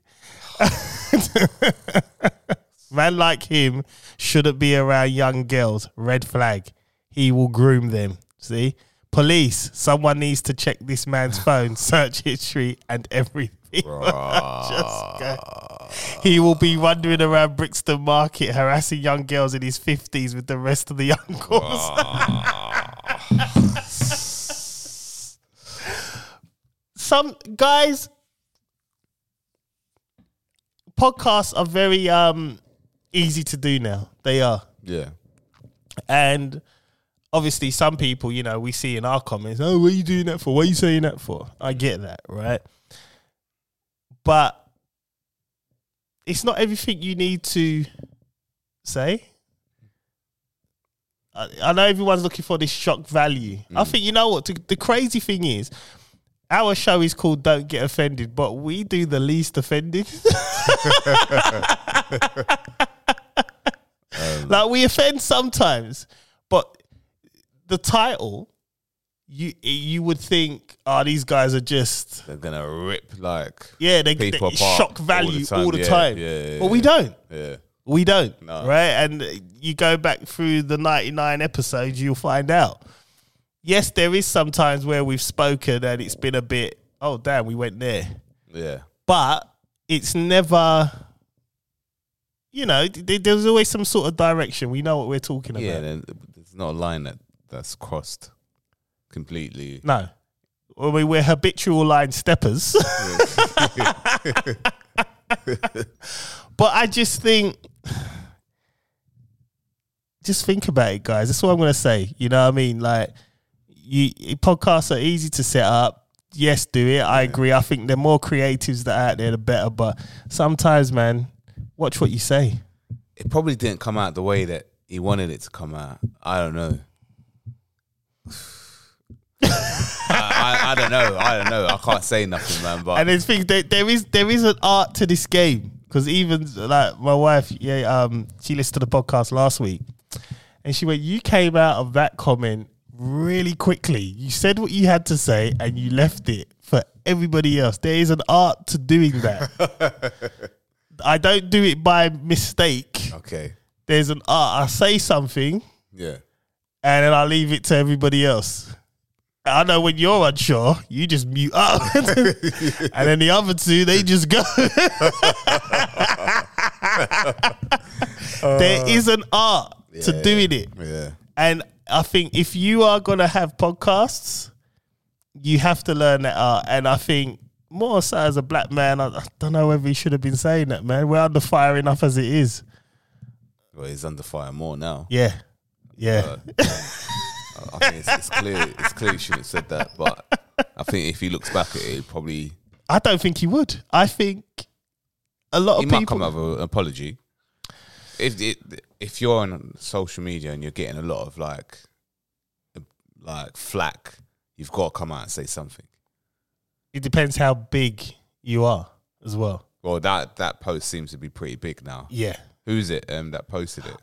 Man like him shouldn't be around young girls. Red flag. He will groom them. See? Police, someone needs to check this man's phone, search history, and everything. <laughs> Just go. He will be wandering around Brixton Market harassing young girls in his 50s with the rest of the uncles. <laughs> Some guys, podcasts are very um, easy to do now. They are. Yeah. And obviously, some people, you know, we see in our comments, oh, what are you doing that for? What are you saying that for? I get that, right? But it's not everything you need to say. I, I know everyone's looking for this shock value. I think, you know what? The, the crazy thing is, our show is called Don't Get Offended, but we do the least offended. <laughs> like we offend sometimes, but the title, you you would think, oh, these guys are just They're gonna rip like yeah, they, they People apart all shock the value all the time, time, yeah, yeah, yeah, but we yeah. don't. yeah. We don't. No. Right? And you go back through the 99 episodes, you'll find out. Yes, there is some times where we've spoken and it's been a bit, oh, damn, we went there. Yeah. But it's never, you know, th- there's always some sort of direction. We know what we're talking about. Yeah. Then there's not a line that that's crossed completely. No. I mean, we're habitual line steppers. <laughs> but I just think, just think about it, guys. That's what I'm going to say. You know what I mean? Like, you podcasts are easy to set up. Yes, do it. I agree. I think the more creatives that are out there, the better. But sometimes, man, watch what you say. It probably didn't come out the way that he wanted it to come out. I don't know. <sighs> I, I, I don't know. I don't know. I can't say nothing, man. But and there's things there, there is there is an art to this game because even like my wife, yeah, um, she listened to the podcast last week, and she went, "You came out of that comment really quickly. You said what you had to say, and you left it for everybody else. There is an art to doing that. I don't do it by mistake. okay. There's an art. I say something, Yeah. and then I leave it to everybody else. I know when you're unsure, you just mute up, <laughs> and then the other two they just go. <laughs> there is an art to Yeah. doing it, Yeah. and I think if you are gonna have podcasts, you have to learn that art. And I think more so as a black man, I, I don't know whether he should have been saying that. Man, we're under fire enough as it is. Well, he's under fire more now. um, Yeah, yeah. I think it's, it's clear. It's clear he shouldn't have said that. But I think if he looks back at it, he probably I don't think he would. I think a lot of he might people. come up with an apology. If it, if you're on social media and you're getting a lot of like, like flack, you've got to come out and say something. It depends how big you are as well. Well, that that post seems to be pretty big now. Yeah, Who's it? Um, that posted it.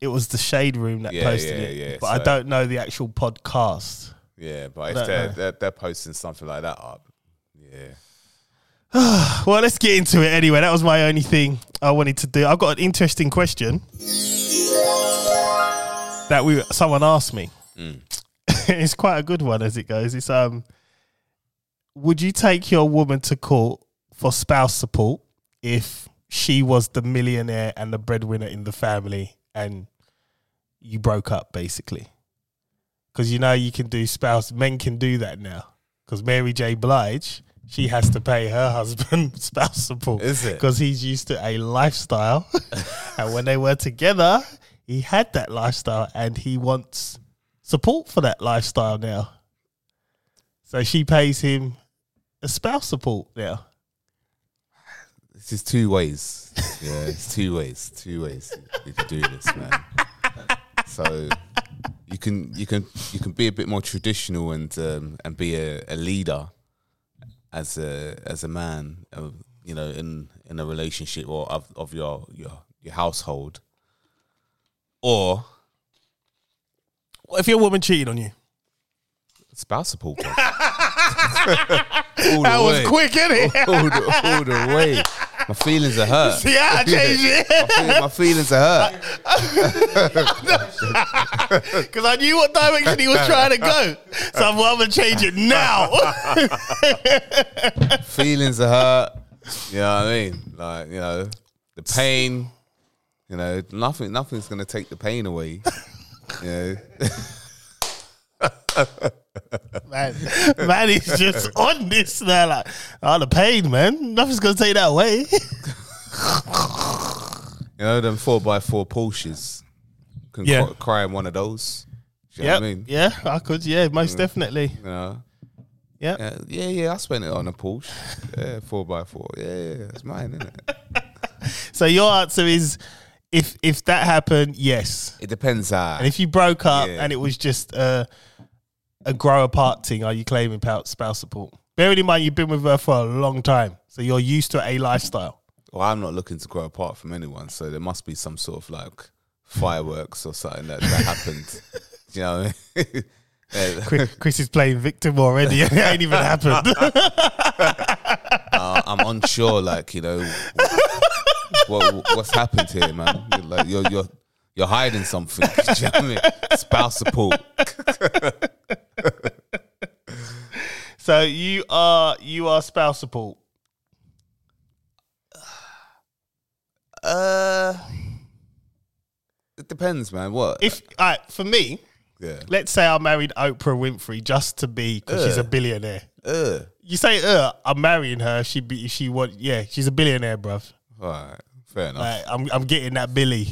it was the Shade Room that Yeah, posted yeah, it, yeah, but I so- don't know the actual podcast. Yeah, but No, if they're, no. they're they're posting something like that up, yeah, Well, let's get into it anyway. That was my only thing I wanted to do. I've got an interesting question that we someone asked me. Mm. <laughs> it's quite a good one as it goes. It's um, would you take your woman to court for spouse support if she was the millionaire and the breadwinner in the family and you broke up basically? Because you know you can do spouse. Men can do that now. Because Mary J. Blige, she has to pay her <laughs> husband spouse support. Is it? <laughs> Because he's used to a lifestyle, and when they were together, he had that lifestyle and he wants support for that lifestyle now. So she pays him a spouse support now. This is two ways. Yeah, it's two ways. Two ways you can do this, man. So you can you can you can be a bit more traditional and um, and be a, a leader as a as a man, uh, you know, in in a relationship or of, of your your your household. Or What if your woman cheated on you? spouse support. <laughs> bro. All the way. isn't it? <laughs> All the, all the way. My feelings are hurt. <laughs> Yeah, I changed it My feel- my feelings are hurt. because I knew what direction he was trying to go. So I'm gonna change it now. feelings are hurt. You know what I mean? Like, you know, the pain, you know, nothing nothing's gonna take the pain away. You know. man, man is just on this now. Like, oh, the pain, man. Nothing's gonna take that away. You know, them four by four Porsches can Yeah. cry, cry in one of those. Do you Yeah, know what I mean? yeah, I could. Yeah, most definitely. You know? Yep. Yeah, yeah, yeah, I spent it on a Porsche. Yeah, four by four. Yeah, yeah, yeah, it's mine, isn't it? So your answer is, if if that happened, yes. It depends uh, how And if you broke up Yeah. and it was just a a grow apart thing, are you claiming pow- spouse support? Bearing in mind you've been with her for a long time, so you're used to a lifestyle. well, I'm not looking to grow apart from anyone, so there must be some sort of like fireworks or something that, that <laughs> happened. Do you know what I mean? Yeah. <laughs> Chris, Chris is playing victim already. <laughs> it ain't even happened. I- I'm unsure, like you know, what, what's happened here, man. You're like you're you're you're hiding something. <laughs> Do you know what I mean? Spouse support. so you are you are spouse support. Uh, it depends, man. What? If all right, for me, yeah. let's say I married Oprah Winfrey just to be because she's a billionaire. Uh, You say, "Uh, I'm marrying her." She be if she want, yeah, she's a billionaire, bruv. all right. Fair enough. Like, I'm I'm getting that Billy,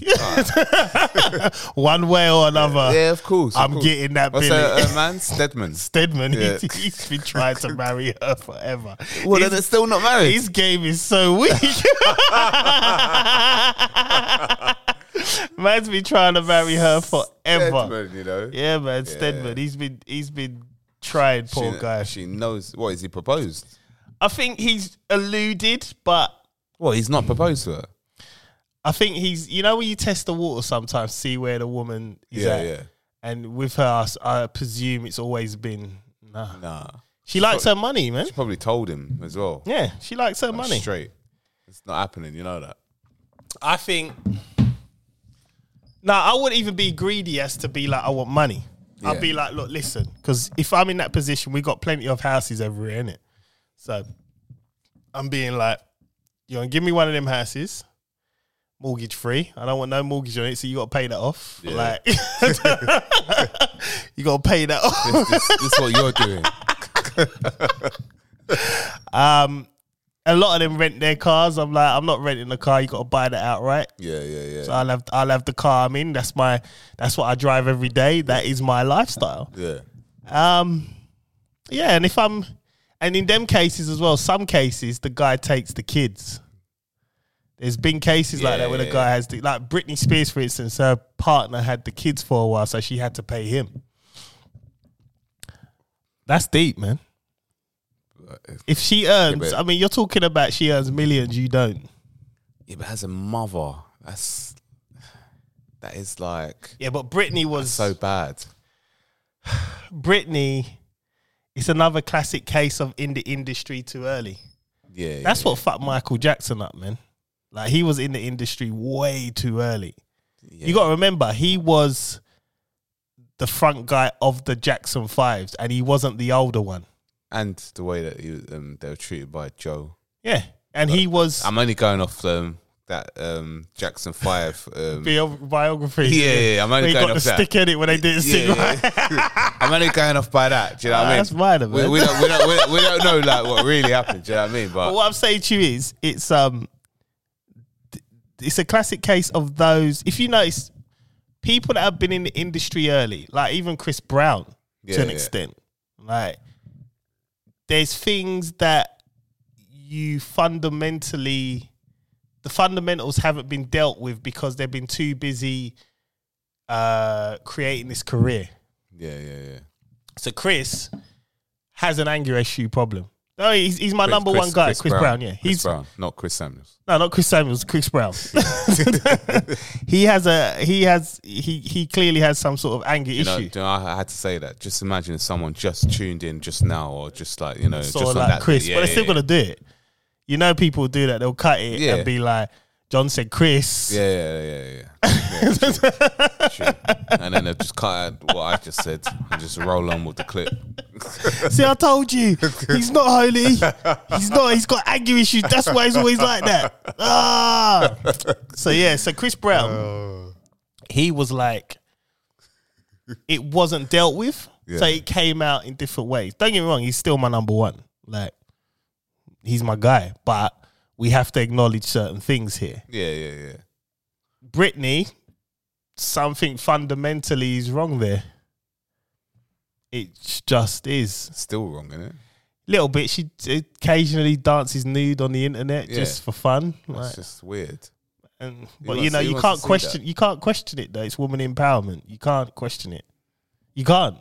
<laughs> one way or another. yeah, of course. of I'm course. getting that What's Billy. that uh, <laughs> man? Stedman. Stedman, Yeah. he's, <laughs> he's been trying to marry her forever. Well, then his, they're still not married. his game is so weak. <laughs> Man's been trying to marry her forever. Stedman, you know. Yeah, man, Stedman. He's been he's been tried, poor she, guy. She knows. What is he proposed? I think he's alluded, but Well, he's not proposed to her. I think he's you know when you test the water sometimes see where the woman is Yeah, at. yeah. And with her, I s- I, presume it's always been nah. Nah. She likes her money, man. She probably told him as well. Yeah, she likes her money. Straight. It's not happening. You know that. I think. No, I wouldn't even be greedy as to be like, I want money. Yeah. I'd be like, look, listen, because if I'm in that position, we got plenty of houses over here, innit? So I'm being like, you're going to give me one of them houses, mortgage free. I don't want no mortgage on it, so you got to pay that off. Like, <laughs> you got to pay that off. <laughs> this, this, this is what you're doing. A lot of them rent their cars. I'm like, I'm not renting the car. You got to buy that outright. Yeah, yeah, yeah. So I'll have I'll have the car I'm in. That's my that's what I drive every day. That is my lifestyle. yeah. Um, yeah, and if I'm and in them cases as well, some cases the guy takes the kids. There's been cases like that where the Yeah. guy has the, like Britney Spears, for instance, her partner had the kids for a while, so she had to pay him. That's deep, man. If she earns, but- I mean, you're talking about she earns millions, you don't. Yeah, but as a mother, that's that is like Yeah, but Britney was so bad. Britney, it's another classic case of in the industry too early. Yeah, That's what fucked Michael Jackson up, man. Like he was in the industry way too early. yeah, You got to remember, he was the front guy of the Jackson Fives, and he wasn't the older one. and the way that you, um, they were treated by Joe. Yeah, and he was I'm only going off um, that um, Jackson Five. Um, <laughs> yeah, bio- biography. yeah, yeah, I'm They only got going the off that. stick in it when they didn't sing Yeah, right. yeah. <laughs> I'm only going off by that. Do you know what I mean? That's minor, we, man. we don't, we don't, we, we don't know like what really happened. Do you know what I mean? But But what I'm saying to you is, it's um, th- it's a classic case of those. If you notice, people that have been in the industry early, like even Chris Brown Yeah, to an yeah. extent, like there's things that you fundamentally the fundamentals haven't been dealt with because they've been too busy uh creating this career. Yeah, yeah, yeah. So Chris has an anger issue problem. No, he's, he's my Chris- number one Chris- guy, Chris, Brown. Yeah, Chris he's Brown, not Chris Samuels. no, not Chris Samuels, <laughs> Chris Brown. <laughs> he has a he has he he clearly has some sort of anger You know, issue. do you know, I had to say that. Just imagine if someone just tuned in just now, or just like you know, sort just of on like that. Chris, yeah, but they're still yeah, gonna do it. You know, people do that. They'll cut it Yeah. and be like, "John said Chris." Yeah, yeah, yeah, yeah. <laughs> yeah. yeah true, true. And then they just cut out what I just said and just roll on with the clip. See, I told you, he's not holy. He's not. He's got anger issues. That's why he's always like that. Ah. So yeah. So Chris Brown, he was like, it wasn't dealt with, so Yeah. it came out in different ways. Don't get me wrong. He's still my number one. Like, he's my guy. But we have to acknowledge certain things here. Yeah, yeah, yeah. Britney, something fundamentally is wrong there. It just is Still wrong, isn't it? little bit. She occasionally dances nude on the internet Yeah. just for fun. That's Like, just weird. and, but wants- you know, who you wants to can't see question. that? You can't question it though. It's woman empowerment. You can't question it. You can't.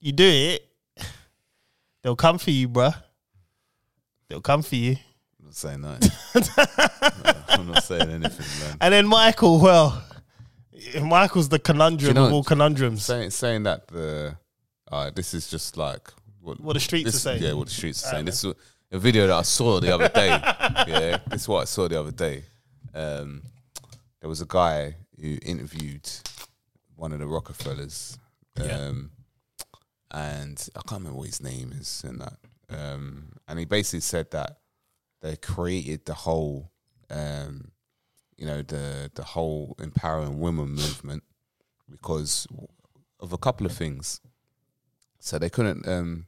You do it, they'll come for you, bruh. They'll come for you. I'm not saying <laughs> nothing. No, I'm not saying anything, man. And then Michael, well, Michael's the conundrum Do you know- of all conundrums. Saying saying that the uh, this is just like what, What the streets this- are saying. Yeah, what the streets are saying. This is a video that I saw the other <laughs> day. yeah, this is what I saw the other day. Um, there was a guy who interviewed one of the Rockefellers, um, and I can't remember what his name is and that. Um, and he basically said that they created the whole, um, you know, the the whole empowering women movement because of a couple of things. So they couldn't, um,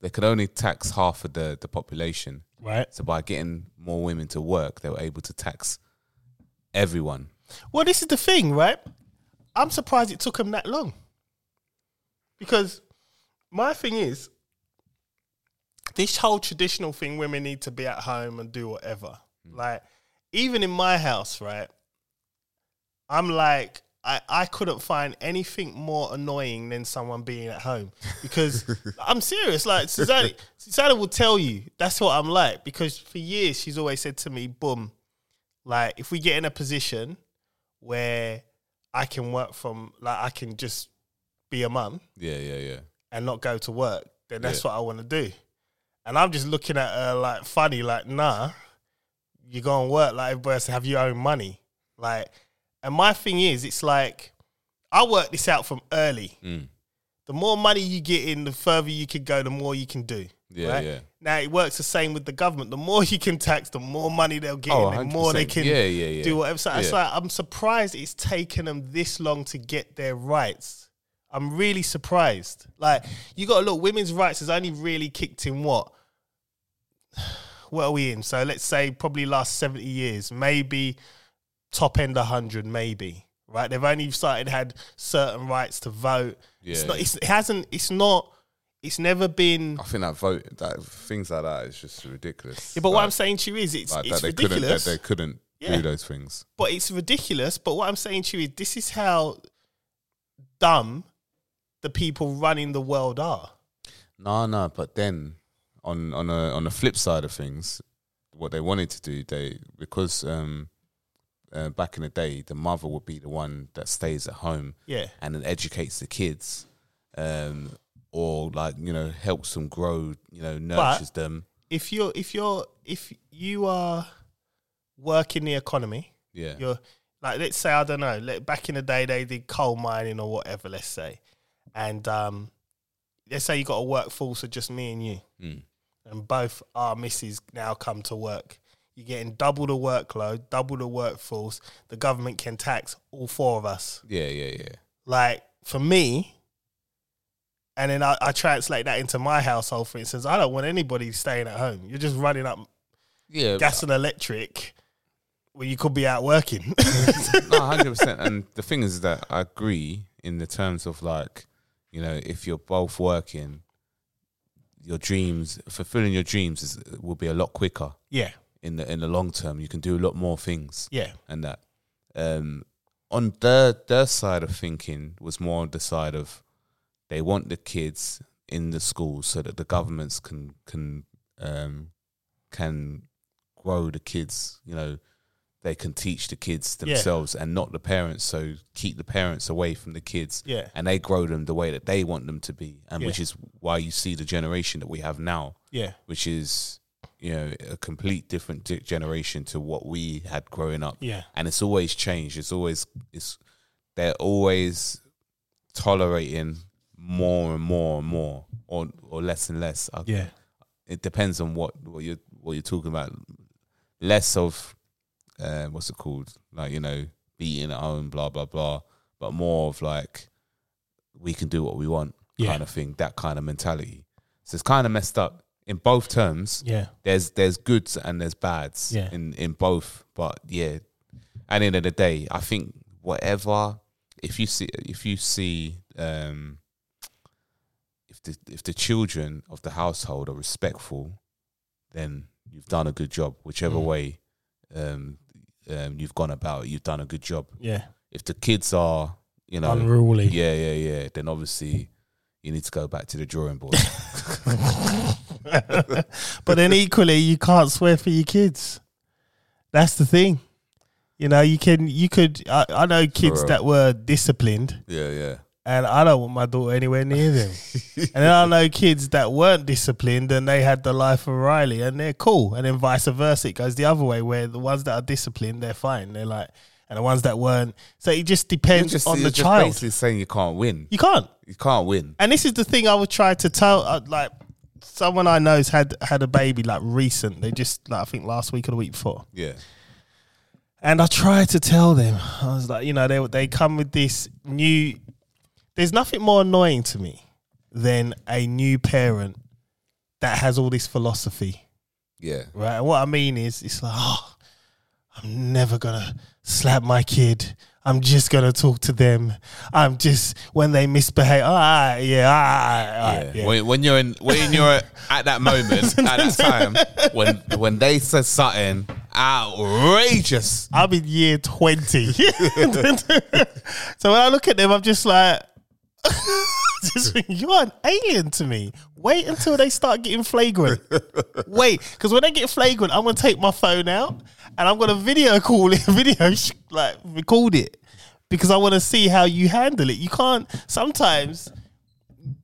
they could only tax half of the the population. right. So by getting more women to work, they were able to tax everyone. Well, this is the thing, right? I'm surprised it took him that long. Because my thing is, this whole traditional thing women need to be at home and do whatever. Like, even in my house, right? I'm like, I, I couldn't find anything more annoying than someone being at home because I'm serious. Like Susanna, Susanna will tell you that's what I'm like because for years she's always said to me, "Boom, like if we get in a position where I can work from, like I can just be a mum Yeah, yeah, yeah. and not go to work, then that's what I want to do." And I'm just looking at her like funny, like, "Nah, you go and work like everybody else, have your own money." Like, and my thing is, it's like I worked this out from early. Mm. The more money you get in, the further you can go, the more you can do. Yeah, right? yeah. Now it works the same with the government. The more <laughs> you can tax, the more money they'll get, Oh, in, the more they 100%. can Yeah, yeah, yeah. do whatever. So it's Yeah. like I'm surprised it's taken them this long to get their rights. I'm really surprised. Like you got to look, women's rights has only really kicked in what? <sighs> What are we in? So let's say probably last seventy years, maybe top end 100 maybe right they've only started had certain rights to vote it's Yeah. not it's, it hasn't it's not it's never been I think that vote, that things like that, is just ridiculous. yeah, but what Like- I'm saying to you is it's, like it's that they ridiculous couldn't that they couldn't Yeah. do those things. but it's ridiculous but what I'm saying to you is this is how dumb the people running the world are No, no, but then on on a on the flip side of things, what they wanted to do, they because um uh, back in the day, the mother would be the one that stays at home yeah and then educates the kids, um, or like you know helps them grow, you know nurtures them. if you're if you're if you are working the economy Yeah, You're like, let's say I don't know. Let, back in the day, they did coal mining or whatever. Let's say, and um, let's say you got a workforce of just me and you, Mm. and both our misses now come to work. You're getting double the workload, double the workforce. The government can tax all four of us. yeah, yeah, yeah. Like for me, and then I, I translate that into my household. For instance, I don't want anybody staying at home. You're just running up Yeah, gas and electric Well, you could be out working. <laughs> No, hundred percent. And the thing is that I agree in the terms of like, you know, if you're both working, your dreams, fulfilling your dreams, is, will be a lot quicker yeah, in the in the long term. You can do a lot more things. yeah, and that. Um, on their their side of thinking was more on the side of they want the kids in the schools so that the governments can can um, can grow the kids. You know, they can teach the kids Yeah. themselves and not the parents. So keep the parents away from the kids, Yeah. and they grow them the way that they want them to be, and Yeah. which is why you see the generation that we have now yeah, which is you know a complete different di- generation to what we had growing up Yeah. and it's always changed it's always it's they're always tolerating more and more and more or or less and less I- yeah, it depends on what what you're what you're talking about less of uh what's it called like you know beating at home blah blah blah but more of like we can do what we want Yeah. kind of thing that kind of mentality so it's kind of messed up in both terms yeah. there's there's goods and there's bads Yeah. in in both but yeah at the end of the day i think whatever if you see if you see um if the if the children of the household are respectful then you've done a good job whichever Mm. way um, um you've gone about it, you've done a good job Yeah, if the kids are you know unruly. yeah yeah yeah then obviously you need to go back to the drawing board but then equally, you can't swear for your kids. That's the thing. You know, you can, you could. I, I know kids real. that were disciplined, yeah yeah and I don't want my daughter anywhere near them. and then I know kids that weren't disciplined, and they had the life of Riley, and they're cool. And then vice versa, it goes the other way, where the ones that are disciplined, they're fine. They're like, and the ones that weren't. So it just depends just, on you're the just child. basically saying you can't win You can't. you can't win. and this is the thing I would try to tell. Uh, like someone I know's had had a baby like recent. They just like I think last week or the week before. Yeah, And I tried to tell them. I was like, you know, they they come with this new. There's nothing more annoying to me than a new parent that has all this philosophy yeah, right? And what I mean is, it's like, oh, I'm never gonna slap my kid. I'm just gonna talk to them. I'm just when they misbehave. All right, yeah, all right, all yeah. right, yeah. When, when you're in, <laughs> when you're at that moment, at that time, when when they said something outrageous, I'm in year twenty, <laughs> so when I look at them, I'm just like. <laughs> just think, You're an alien to me. Wait until they start getting flagrant. Wait, because when they get flagrant, I'm gonna take my phone out and I'm gonna video call it, <laughs> video sh- like record it because I want to see how you handle it. You can't. Sometimes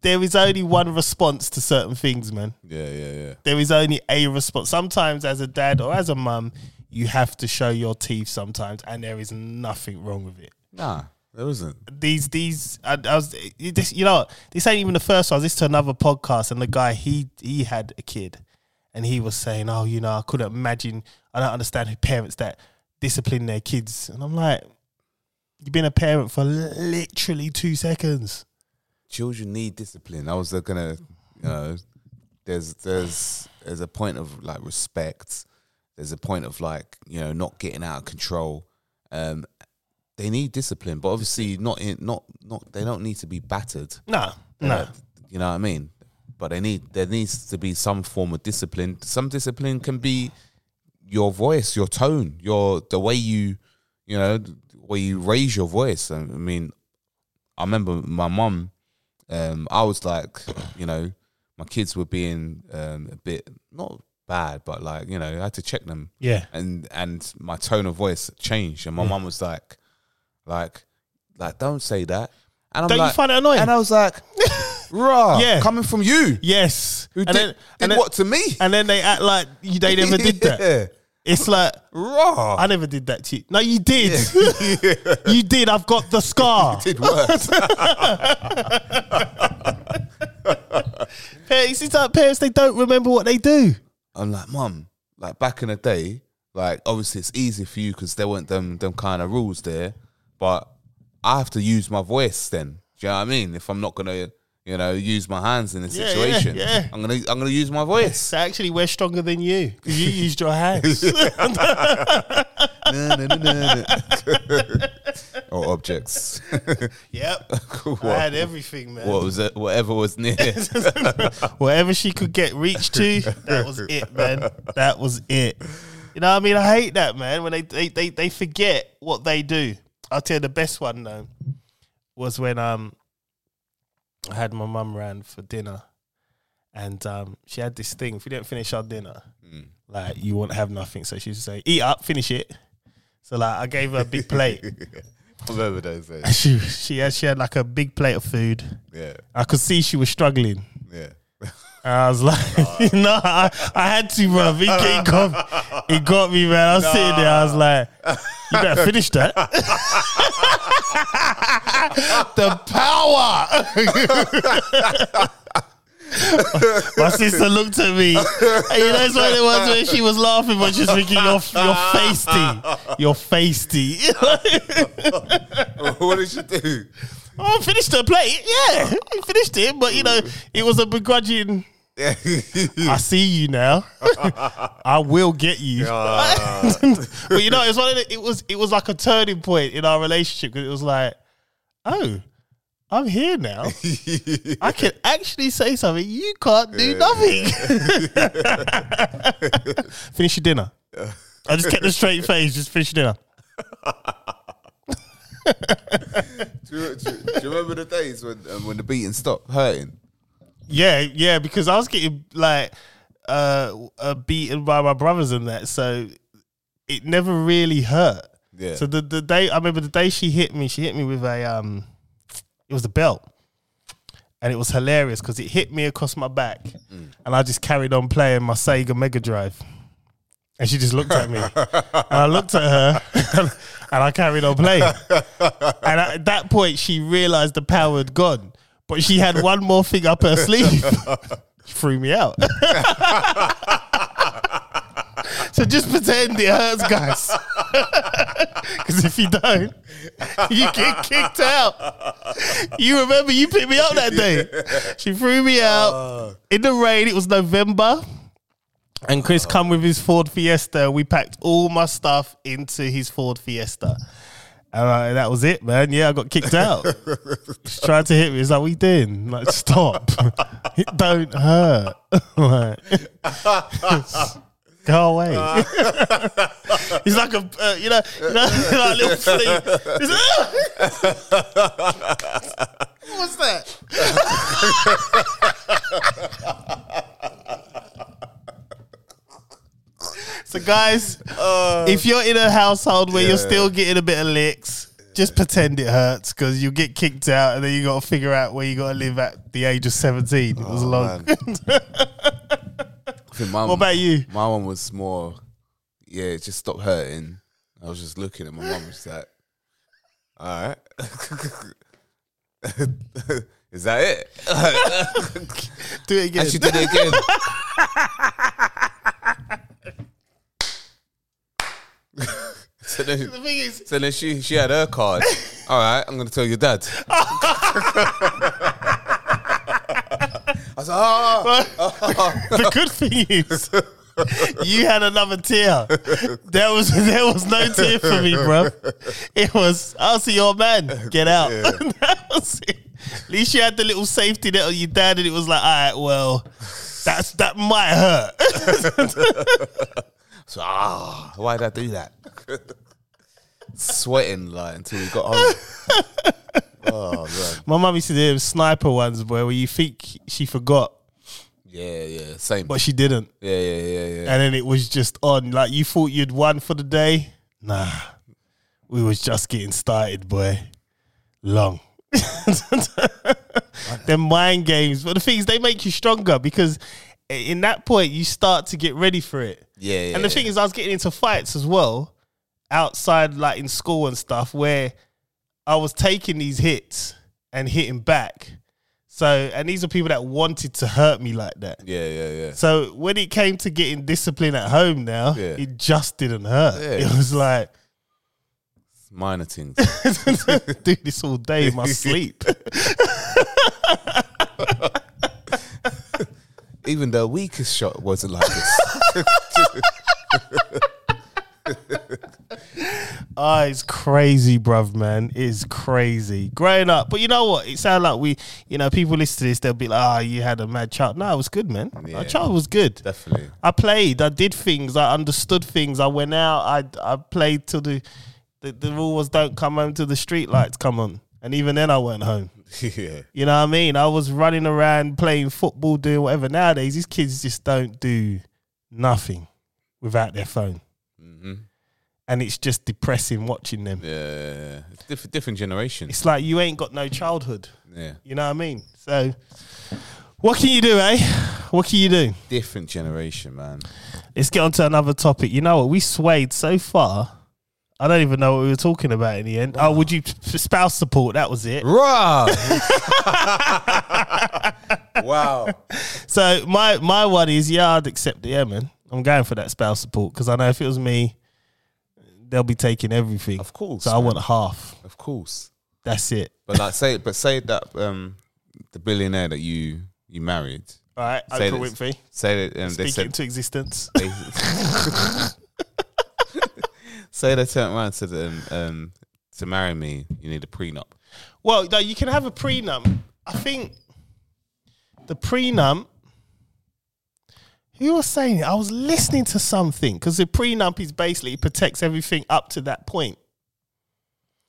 there is only one response to certain things, man. yeah, yeah, yeah, There is only a response. Sometimes, as a dad or as a mum, you have to show your teeth sometimes, and there is nothing wrong with it nah, there isn't. these these I, I was it- this, you know this ain't even the first one. I was listening to another podcast and the guy he he had a kid and he was saying, oh, you know, I couldn't imagine. I don't understand who parents that discipline their kids. And I'm like, you've been a parent for literally two seconds. Children need discipline. I was gonna, you know, there's there's there's a point of like respect. There's a point of like you know not getting out of control. Um, they need discipline, but obviously not in not not they don't need to be battered. No, Uh, no, you know what I mean? But they need there needs to be some form of discipline. Some discipline can be your voice, your tone, your the way you you know the way you raise your voice. I I mean, I remember my mum. Um, I was like, <clears throat> you know, my kids were being um, a bit not bad, but like you know, I had to check them yeah, Hmm. and and my tone of voice changed and my mum was like like like don't say that and I'm Don't you like, find it annoying? and I was <laughs> like rah Yeah. coming from you yes. who and did, then, did and then, what to me And then they act like you- they never did that. <laughs> Yeah. It's like rah I never did that to you. No, you did. <laughs> you did. I've got the <laughs> scar. <laughs> did worse <laughs> Parents, it's like parents, they don't remember what they do. I'm like mum like back in the day like obviously it's easy for you because there weren't them them kind of rules there but I have to use my voice then do you know what I mean if I'm not gonna you know use my hands in a Yeah, yeah, situation yeah. I'm gonna I'm gonna <laughs> use my voice <laughs> So actually, we're stronger than you because you used your hands. Na, na, na, na, na. or objects. <laughs> Yep. What- I had everything, man. what was it? Whatever was <laughs> near. Whatever she could get reached to, that was it, man. That was it. You know what I mean? I hate that, man. When they they, they, they forget what they do. I'll tell you the best one though was when um I had my mum round for dinner and um she had this thing, if we didn't finish our dinner, like you won't have nothing. So she would say, Eat up, finish it. So like I gave her a big plate. I remember those and days. she she had she had like a big plate of food. Yeah, I could see she was struggling. yeah. <laughs> And I was like, <laughs> no, I, I had to, bro. It, it, got, it got me, man. I was sitting there. I was like, you better finish that. <laughs> the power. <laughs> My sister looked at me. And you know, it's one of the ones where she was laughing, but she's thinking, you're, you're feisty. You're feisty. <laughs> what did she do? oh, I finished the plate. Yeah, I finished it, but you know, it was a begrudging. <laughs> I see you now. <laughs> I will get you. <laughs> but you know, it's one of the, it was it was like a turning point in our relationship because it was like, oh, I'm here now. I can actually say something. You can't do nothing. <laughs> finish your dinner. I just kept a straight face. Just finish your dinner. do, you, do you- do you remember the days when um, when the beating stopped hurting? Yeah, yeah, because I was getting like uh, uh beaten by my brothers and that, so it never really hurt. Yeah. So the the day I remember the day she hit me, she hit me with a um, it was the belt, and it was hilarious because it hit me across my back, and I just carried on playing my Sega Mega Drive. And she just looked at me, and I looked at her, <laughs> and I carried on playing. And at that point, she realized the power had gone, but she had one more thing up her sleeve. <laughs> she threw me out. <laughs> so just pretend it hurts, guys. <laughs> Because if you don't, <laughs> you get kicked out. You remember you picked me up that day. She threw me out in the rain. It was November. And Chris come with his Ford Fiesta. We packed all my stuff into his Ford Fiesta. And I- that was it, man. Yeah, I got kicked out. She tried to hit me. It's like, what you doing? I'm Like, stop. <laughs> it don't hurt. <laughs> like, go away. He's like a, uh, you know, you know <laughs> like a little flea. He's like, What's that? <laughs> so, guys, Oh, if you're in a household where you're still getting a bit of licks, just pretend it hurts because you'll get kicked out and then you got to figure out where you got to live at the age of 17. It Oh, was long. I think my What about you? My one was more, yeah, it just stopped hurting. I was just looking at my mum, just like, all right. <laughs> Is that it? Do it again. And she did it again. <laughs> so <laughs> the then, thing is, so then she, she had her <laughs> card. All right, I'm going to tell your dad. I was like, oh. the good thing is you had another tear. There was there was no tear for me, bro. It was I'll see your man. Get out. <laughs> that was it. At least you had the little safety net on your dad, and it was like, all right, well, that's that might hurt. So, ah, why did I do that? Sweating like until we got <laughs> home. oh man, My mum used to do them sniper ones, boy, where you think she forgot, yeah, yeah, same. but she didn't, Yeah, yeah, yeah, yeah. and then it was just on. Like you thought you'd won for the day. Nah, we was just getting started, boy. long. <laughs> They're mind games, but the thing is, they make you stronger because i- in that point you start to get ready for it. Yeah, yeah, And the thing is, I was getting into fights as well outside, like in school and stuff, where I was taking these hits and hitting back. So, and these are people that wanted to hurt me like that. Yeah, yeah, yeah. So when it came to getting discipline at home, now Yeah. it just didn't hurt. Yeah. It was like <laughs> Minor things. do this all day in <laughs> my sleep. Even the weakest <laughs> shot wasn't like this. Ah, it's crazy, bruv, man. It's crazy. Growing up, but you know what? It sounds like we, you know, people listen to this, they'll be like, ah, you had a mad child. No, it was good, man. Yeah. My child was good. Definitely. <laughs> I played. I did things. I understood things. I went out. I I played till the the, the rule was don't come home till the street lights come on. And even then, I weren't home. yeah. You know what I mean? I was running around playing football, doing whatever. Nowadays, these kids just don't do nothing without their phone, Mhm. and it's just depressing watching them. Yeah. It's diff- different generation. It's like you ain't got no childhood. Yeah. You know what I mean? So, what can you do, eh? What can you do? Different generation, man. Let's get on to another topic. You know what? We swayed so far. I don't even know what we were talking about in the end. Oh, would you spouse support? That was it. <laughs> Bruh. <laughs> wow. So my my one is yeah, I'd accept the yeah, man. I'm going for that spouse support because I know if it was me, they'll be taking everything. Of course, So I want half. Of course. That's it. But like say but say that um the billionaire that you you married. All right, Say Oprah this. Winfrey. Say that and they Speak it said into existence. they, <laughs> Say they turned around and said um, um to marry me, you need a prenup. Well, no, you can have a prenup. I think the prenup. Who was saying it? I was listening to something because the prenup is basically it protects everything up to that point.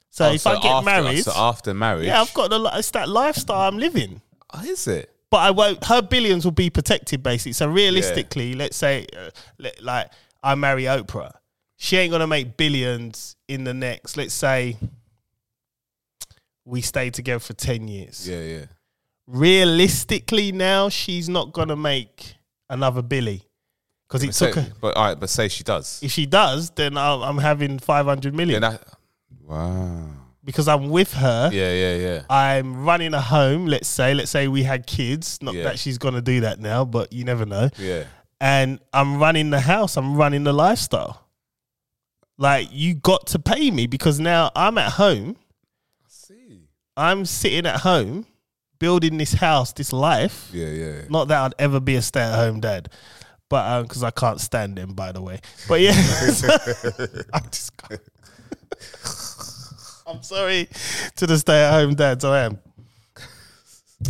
So Oh, if so I get after, married, so after marriage, yeah, I've got the li- it's that lifestyle I'm living. Oh, is it? But I won't. Her billions will be protected, basically. So realistically, let's say, uh, le- like I marry Oprah, she ain't gonna make billions in the next. Let's say we stay together for ten years. Yeah, yeah. Realistically, now she's not gonna make another billy because it So- took her. but all right, but say she does. If she does, then I'll, I'm having five hundred million Then I, wow. because I'm with her. Yeah, yeah, yeah. I'm running a home. Let's say, let's say we had kids. Not Yeah. that she's gonna do that now, but you never know. Yeah. and I'm running the house, I'm running the lifestyle. Like you got to pay me because now I'm at home, see. I'm sitting at home building this house, this life. Yeah, yeah. Not that I'd ever be a stay-at-home dad, but because I can't stand them, by the way. But yeah, <laughs> I just can't. I'm sorry to the stay-at-home dads. I am.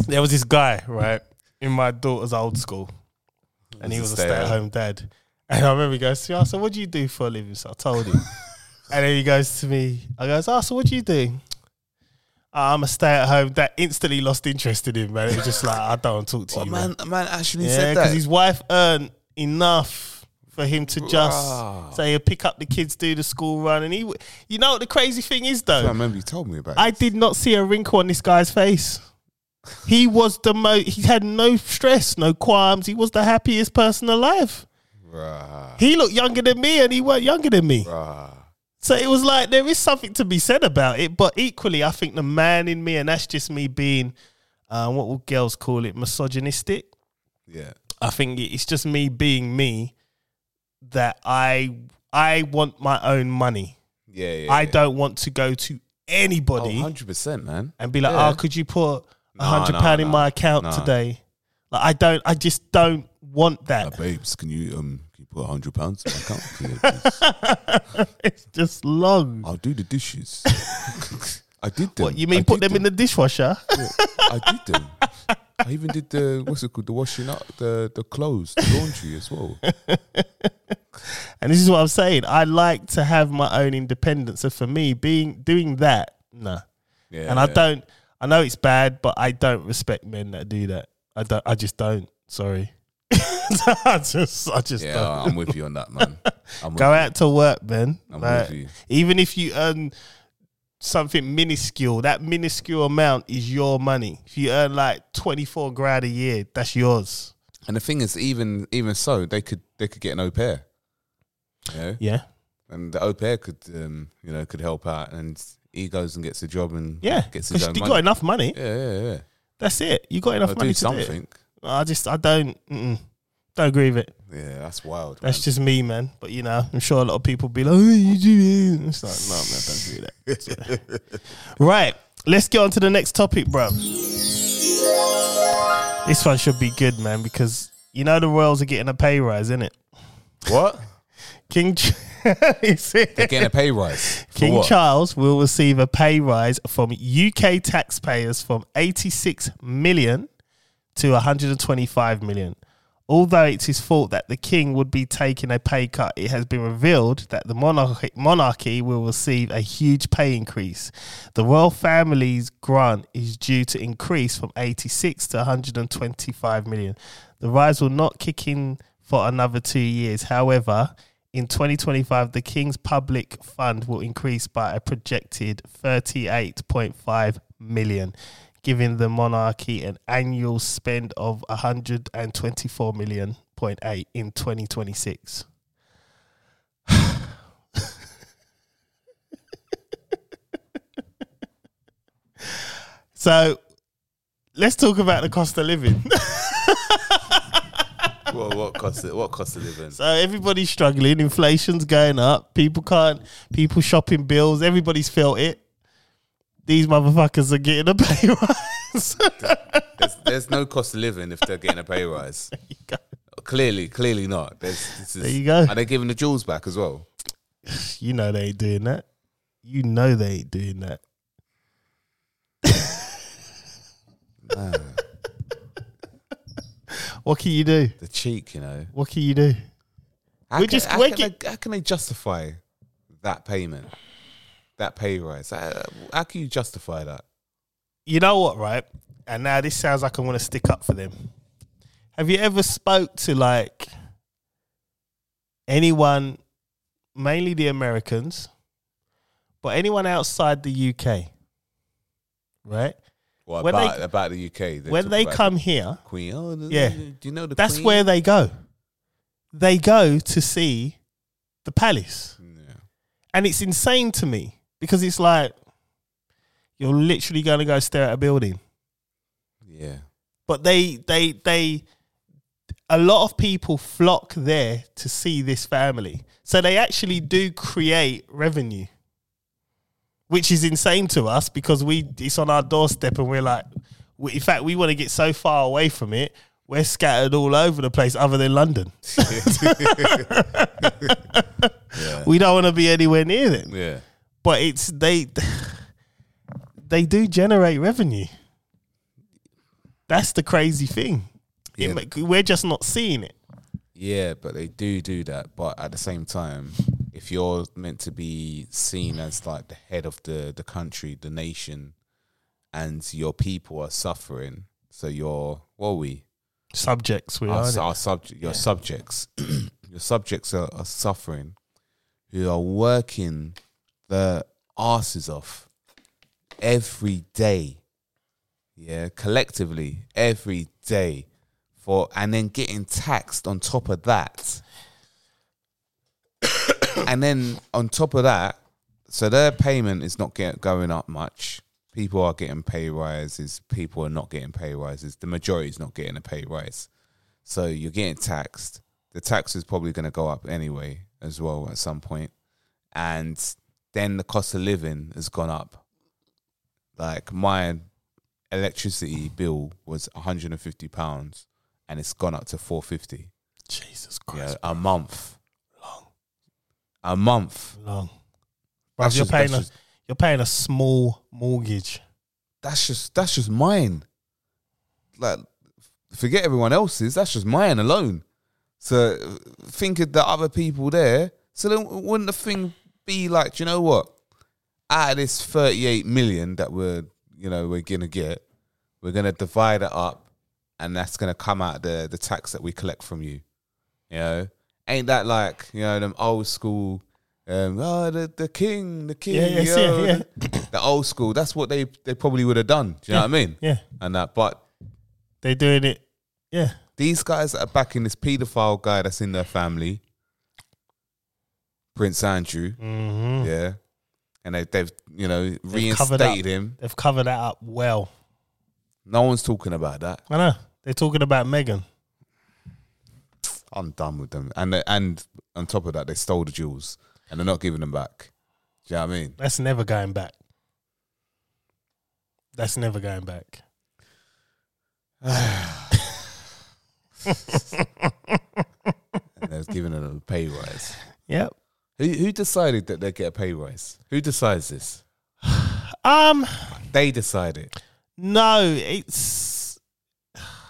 There was this guy right in my daughter's old school, and he was a stay-at-home dad. And I remember he goes to me, I said, "What do you do for a living?" So I told him, and then he goes to me, I goes, "Oh, so what do you do?" "Oh, I'm a stay-at-home. That instantly lost interest in him, man. It was just like I don't want to talk to Oh, you, man. man, man, actually Yeah, said because that. his wife earned enough for him to just Bruh. so he'll pick up the kids, do the school run, and he. w- You know what the crazy thing is I though, remember you told me about. I this. did not see a wrinkle on this guy's face. He was the most. He had no stress, no qualms. He was the happiest person alive. Bruh, He looked younger than me, and he weren't younger than me. bruh. So it was like there is something to be said about it, but equally, I think the man in me, and that's just me being, uh, what will girls call it, misogynistic. Yeah. I think it- it's just me being me that I I want my own money. Yeah, yeah. I yeah. don't want to go to Oh, anybody 100%, man. and be like, Yeah. "Oh, could you put a No, hundred no, pound in no, my account no. today?" Like, I don't. I just don't want that. babes, can you um can you put a hundred pounds in my <laughs> account? <laughs> it's just long. I'll do the dishes. I did them. What you mean? put them in the dishwasher? <laughs> I did them. I even did the what's it called? The washing up, the the clothes, the laundry as well. And this is what I'm saying. I like to have my own independence. So for me, being doing that, no. <laughs> Yeah. and I don't. I know it's bad, but I don't respect men that do that. I don't. I just don't. Sorry. <laughs> I just. I just Yeah, don't. I'm with you on that, <laughs> man. I'm with Go you. out to work, man. I'm Like, with you. Even if you earn something minuscule, that minuscule amount is your money. If you earn like twenty four grand a year, that's yours. And the thing is, even even so, they could they could get an au pair. You know? Yeah. and the au pair could um, you know could help out, and he goes and gets a job and Yeah. gets 'Cause his own you money. got enough money. yeah, yeah, yeah. That's it. You got enough I'll money do to do it. something. I just. I don't. Mm-mm, don't agree with it. Yeah, that's wild. That's just me, man. But you know, I'm sure a lot of people be like, oh, you do it. It's like, no, man, don't do that. So- right. Let's get on to the next topic, bro. This one should be good, man, because you know the Royals are getting a pay rise, isn't it? <laughs> what? King, <laughs> Ch- Is it? They're getting a pay rise. For King what? Charles will receive a pay rise from UK taxpayers from 86 million to 125 million. Although it is thought that the king would be taking a pay cut, it has been revealed that the monarchy, monarchy will receive a huge pay increase. The royal family's grant is due to increase from 86 to 125 million. The rise will not kick in for another two years. However, in 2025, the King's public fund will increase by a projected 38.5 million, giving the monarchy an annual spend of 124 million point eight in 2026. <laughs> so, let's talk about the cost of living. What, what cost? What cost of living? <laughs> So Uh, everybody's struggling. Inflation's going up. People can't. People shopping bills. Everybody's felt it. These motherfuckers are getting a <laughs> pay rise. <laughs> There's, there's no cost of living if they're getting a pay <laughs> rise. You go. Clearly, clearly not. There's, this is, There you go. Are they giving the jewels back as well? you know they ain't doing that. You know they ain't doing that. what can you do? The cheek, you know. What can you do? How We can, just- how, we're can get- they, how can they justify that payment, that pay rise? How, how can you justify that? you know what, right? And now this sounds like I want to stick up for them. Have you ever spoke to like anyone, mainly the Americans, but anyone outside the UK, right? Well, When they- about about the UK, when talk they about come here, the Queen, oh, the- Yeah. Do you know the? that's Queen? where they go. They go to see the palace. Yeah. And it's insane to me because it's like you're literally going to go stare at a building. yeah. but they they they a lot of people flock there to see this family so they actually do create revenue which is insane to us because we it's on our doorstep and we're like we, in fact we want to get so far away from it we're scattered all over the place other than london <laughs> we don't want to be anywhere near them Yeah. but it's they they do generate revenue that's the crazy thing It Yeah. ma- we're just not seeing it Yeah, but they do do that. But at the same time, if you're meant to be seen as like the head of the the country, the nation, and your people are suffering, so you're what are we subjects we our, are our subject, your subjects, <clears throat> your subjects are, are suffering, who are working their asses off every day, yeah, collectively every day, for and then getting taxed on top of that, <coughs> and then on top of that, so their payment is not get, going up much. People are getting pay rises. People are not getting pay rises. The majority is not getting a pay rise. So you're getting taxed. The tax is probably going to go up anyway, as well, at some point. And then the cost of living has gone up. Like my electricity bill was 150 pounds, and it's gone up to 450 jesus yeah, christ a month. Long, a month. long That's you're just- paying that's a just- you're paying a small mortgage That's just that's just mine. Like, forget everyone else's. That's just mine alone. So uh, think of the other people there. So then wouldn't the thing be like, do you know what? Out of this thirty-eight million that we're you know we're gonna get, we're gonna divide it up, and that's gonna come out the the tax that we collect from you. You know, ain't that like you know them old school? Um, oh, the the king, the king, Yeah, yes, yeah, yo, yeah. The, the old school. That's what they they probably would have done. Do you know what I mean? yeah And that, but they're doing it yeah these guys that are backing this paedophile guy that's in their family, Prince Andrew, mm-hmm. yeah, and they, they've you know covered up. reinstated him. they've covered that up well No one's talking about that. i know they're talking about megan I'm done with them. And they, and on top of that, they stole the jewels and they're not giving them back. Do you know what I mean? that's never going back that's never going back <laughs> And they're giving them a pay rise. Yep. Who, who decided that they get a pay rise? Who decides this? Um. They decide it. No, it's.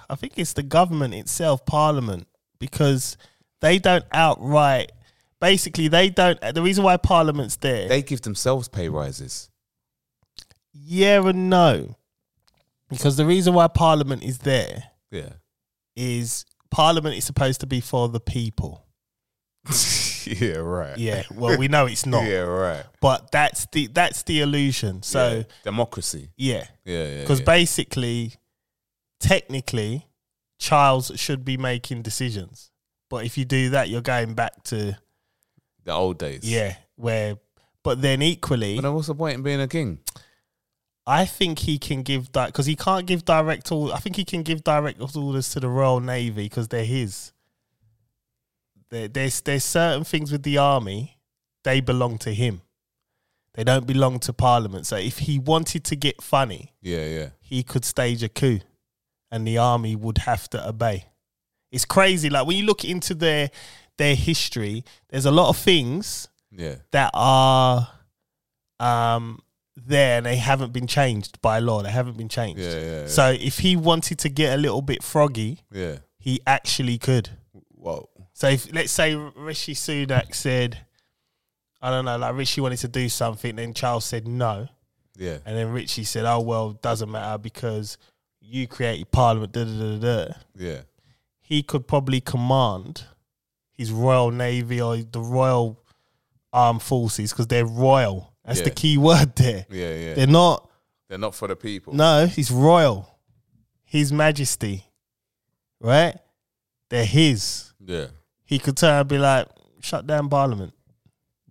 I think it's the government itself, Parliament, because they don't outright. Basically, they don't. The reason why Parliament's there, They give themselves pay rises. yeah and no, because the reason why Parliament is there Yeah. is Parliament is supposed to be for the people. <laughs> yeah, right. Yeah, well, we know it's not, <laughs> Yeah, right. but that's the that's the illusion. So democracy. yeah, Yeah, yeah. because yeah. basically, technically, Charles should be making decisions. But if you do that, you're going back to the old days. yeah, where. But then equally, But um, then what's the point in being a king? I think he can give that because he can't give direct all. I think he can give direct orders to the Royal Navy because they're his. There, there's there's certain things with the army, they belong to him. They don't belong to Parliament. So if he wanted to get funny, Yeah, yeah. he could stage a coup, and the army would have to obey. It's crazy. Like when you look into their their history, there's a lot of things Yeah. that are um there and they haven't been changed by law. They haven't been changed. Yeah, yeah, yeah. So if he wanted to get a little bit froggy, Yeah. he actually could. Whoa. So if let's say Rishi Sunak said, I don't know, like Rishi wanted to do something, then Charles said no. Yeah. And then Richie said, Oh well, doesn't matter because you created Parliament, da da da da Yeah. he could probably command his Royal Navy or the Royal Armed Forces because they're royal. That's the Yeah. key word there. Yeah, yeah. They're not, They're not for the people. no, he's royal. His Majesty, right? They're his. Yeah. He could turn and be like, shut down Parliament.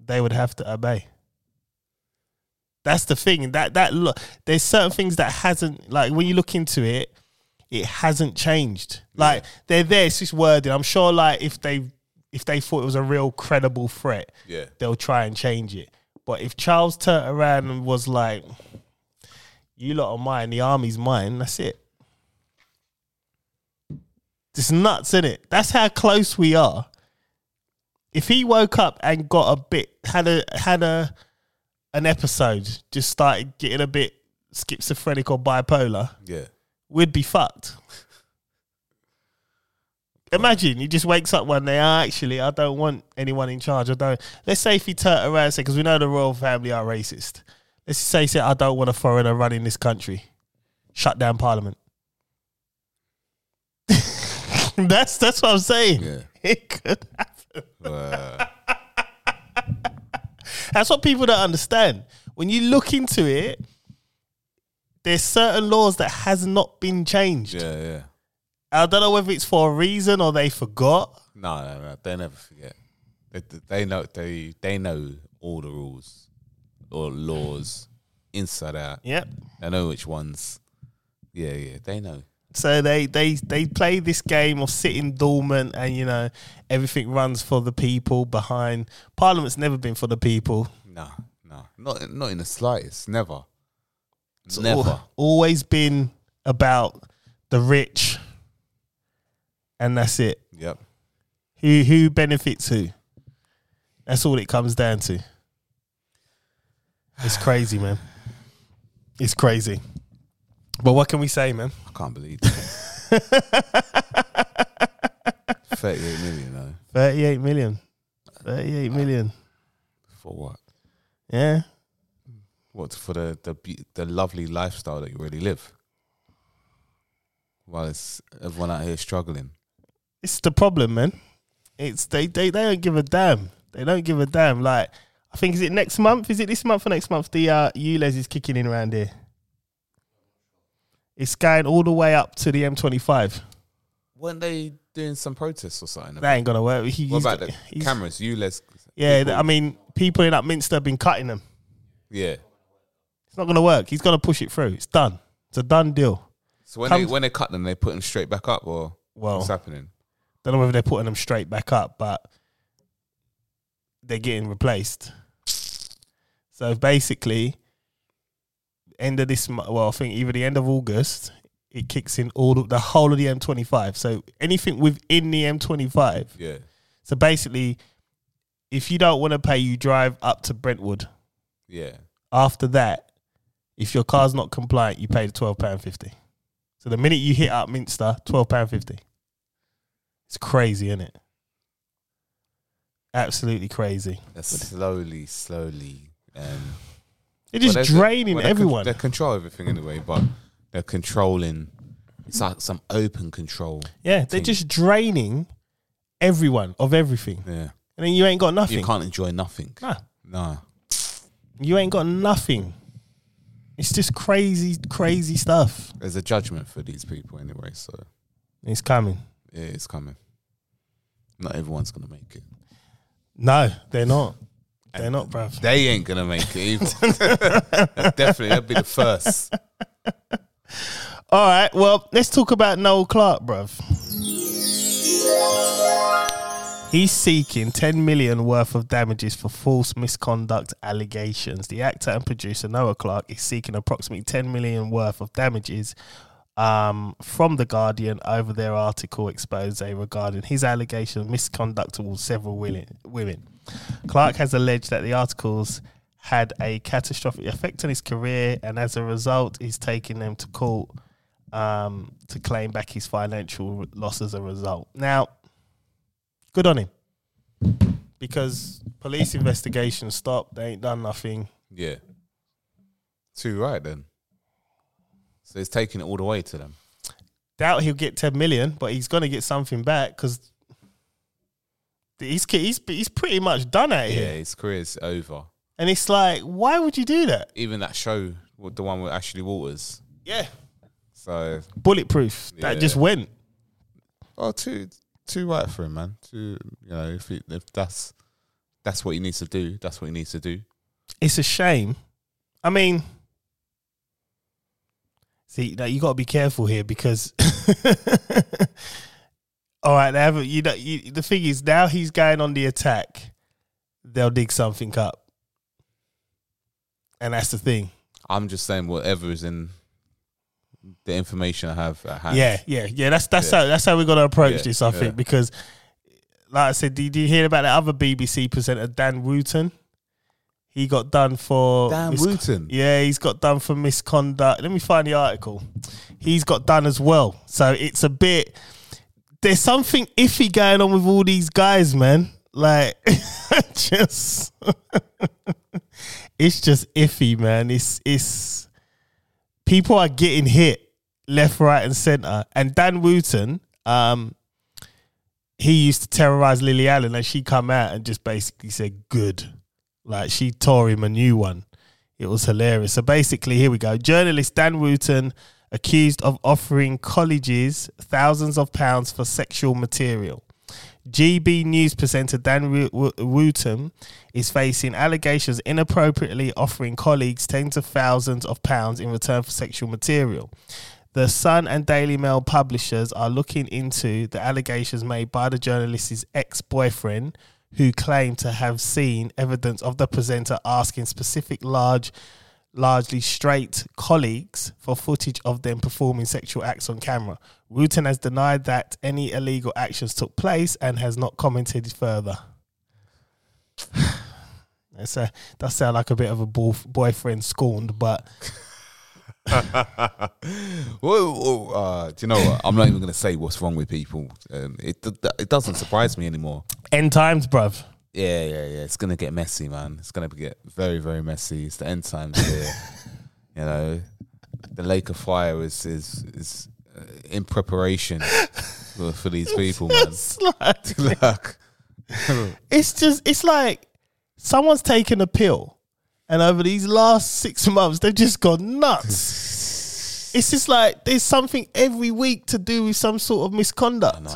They would have to obey. That's the thing. That that look, there's certain things that hasn't like when you look into it, it hasn't changed. Like they're there. It's just wording. I'm sure. Like if they if they thought it was a real credible threat, Yeah. they'll try and change it. But if Charles turned around and was like, "You lot are mine. The army's mine. That's it." It's nuts, is it? That's how close we are. If he woke up and got a bit had a had a an episode, just started getting a bit schizophrenic or bipolar, Yeah. we'd <laughs> be fucked. Imagine he just wakes up one day. "Ah, actually, I don't want anyone in charge. I don't. Let's say if he turned around and said, because we know the royal family are racist. Let's say he said, I don't want a foreigner running this country. Shut down parliament. <laughs> that's that's what I'm saying. Yeah. <laughs> It could happen. Uh, <laughs> That's what people don't understand. When you look into it, there's certain laws that has not been changed. yeah, yeah. I don't know whether it's for a reason or they forgot. No, no, no. They never forget. They, they know they they know all the rules or laws inside out. Yep. They know which ones. Yeah, yeah. They know. So they they they play this game of sitting dormant, and you know everything runs for the people behind. Parliament's never been for the people. Nah, nah. Not not in the slightest. Never. It's never. al- always been about the rich, and that's it. Yep. Who who benefits who? That's all it comes down to. It's crazy, man. It's crazy. But what can we say, man? I can't <laughs> believe that. 38 million though. 38 million. 38 million. For what? Yeah. What for the the beau- the lovely lifestyle that you already live? While it's everyone out here struggling. It's the problem, man. It's they, they they don't give a damn. They don't give a damn. Like I think is it next month? Is it this month or next month? The uh ULEZ is kicking in around here. It's going all the way up to the M25. Weren't they doing some protests or something? That ain't gonna work. He, what he's- about the he's- cameras? You let's Yeah, I mean, people in Upminster have been cutting them. yeah. It's not gonna work. He's gonna push it through. It's done. It's a done deal. So when Come- they when they cut them, they put them straight back up, or Well, what's happening? don't know whether they're putting them straight back up, but they're getting replaced. So basically, end of this month, well, I think either the end of August, it kicks in all of, the whole of the M25. So anything within the M25. Yeah, So basically, if you don't want to pay, you drive up to Brentwood. Yeah. After that, if your car's not compliant, you pay the twelve pound fifty. So the minute you hit up Minster, twelve pound fifty. It's crazy, isn't it? Absolutely crazy. They're slowly, slowly. Um, They're Well, just there's- draining well, they're con- everyone. They control everything in a way, but they're controlling. It's like some open control. yeah, they're thing. just draining everyone of everything, Yeah, and then you ain't got you nothing. can't enjoy nothing. Nah, Nah, you ain't got nothing. It's just crazy, crazy stuff. there's a judgment for these people anyway, so It's coming. yeah, it's coming. Not everyone's gonna make it. No, they're not. They're not, bruv. They ain't gonna make it either. <laughs> Definitely, they'll be the first. All right. Well, let's talk about Noel Clark, bruv. He's seeking 10 million worth of damages for false misconduct allegations. The actor and producer Noah Clark is seeking approximately 10 million worth of damages um, from The Guardian over their article expose regarding his allegation of misconduct towards several willi- women. Clark has alleged that the articles had a catastrophic effect on his career, and as a result, he's taking them to court um, to claim back his financial loss as a result. Now, good on him because police investigation stopped. They ain't done nothing. Yeah. Too right then. So it's taking it all the way to them. Doubt he'll get ten million, but he's gonna get something back because he's he's he's pretty much done out Yeah, here. his career's over. And it's like, why would you do that? Even that show, with the one with Ashley Waters. Yeah, So bulletproof. That just Yeah. went. Oh, too too right for him, man. Too you know, if he, if that's that's what he needs to do, that's what he needs to do. it's a shame. I mean, see, now you got to be careful here because, <laughs> all right, they haven't. You know, you, the thing is, now he's going on the attack. They'll dig something up, and that's the thing. I'm just saying whatever is in the information I have at hand. Yeah, yeah, yeah. That's that's how that's how we got to approach Yeah, this. I yeah. think because, like I said, did you hear about that other BBC presenter Dan Wooten? He got done for Dan miscon- Wooten? Yeah, he's got done for misconduct. Let me find the article. He's got done as well. So it's a bit. There's something iffy going on with all these guys, man. Like, <laughs> just <laughs> it's just iffy, man. It's it's people are getting hit left, right, and center. And Dan Wooten, um, he used to terrorize Lily Allen, and she come out and just basically said, "Good," like she tore him a new one. It was hilarious. So basically, here we go. Journalist Dan Wooten accused of offering colleges thousands of pounds for sexual material. GB News presenter Dan Wo- Wo- Wooten is facing allegations inappropriately offering colleagues tens of thousands of pounds in return for sexual material. The Sun and Daily Mail publishers are looking into the allegations made by the journalist's ex boyfriend, who claimed to have seen evidence of the presenter asking specific large, largely straight colleagues for footage of them performing sexual acts on camera. Wooten has denied that any illegal actions took place and has not commented further. <sighs> That's a, that sounds like a bit of a boyf- boyfriend scorned, but Whoa, whoa, uh, do you know what? I'm not even gonna say what's wrong with people. Um, it d- it doesn't surprise me anymore. end times, bruv. Yeah, yeah, yeah. It's gonna get messy, man. It's gonna get very, very messy. It's the end times here. you know, the lake of fire is is is uh, in preparation for, for these people, man. It's <laughs> like- Look, it's just it's like someone's taken a pill and over these last six months they've just gone <laughs> nuts it's just like there's something every week to do with some sort of misconduct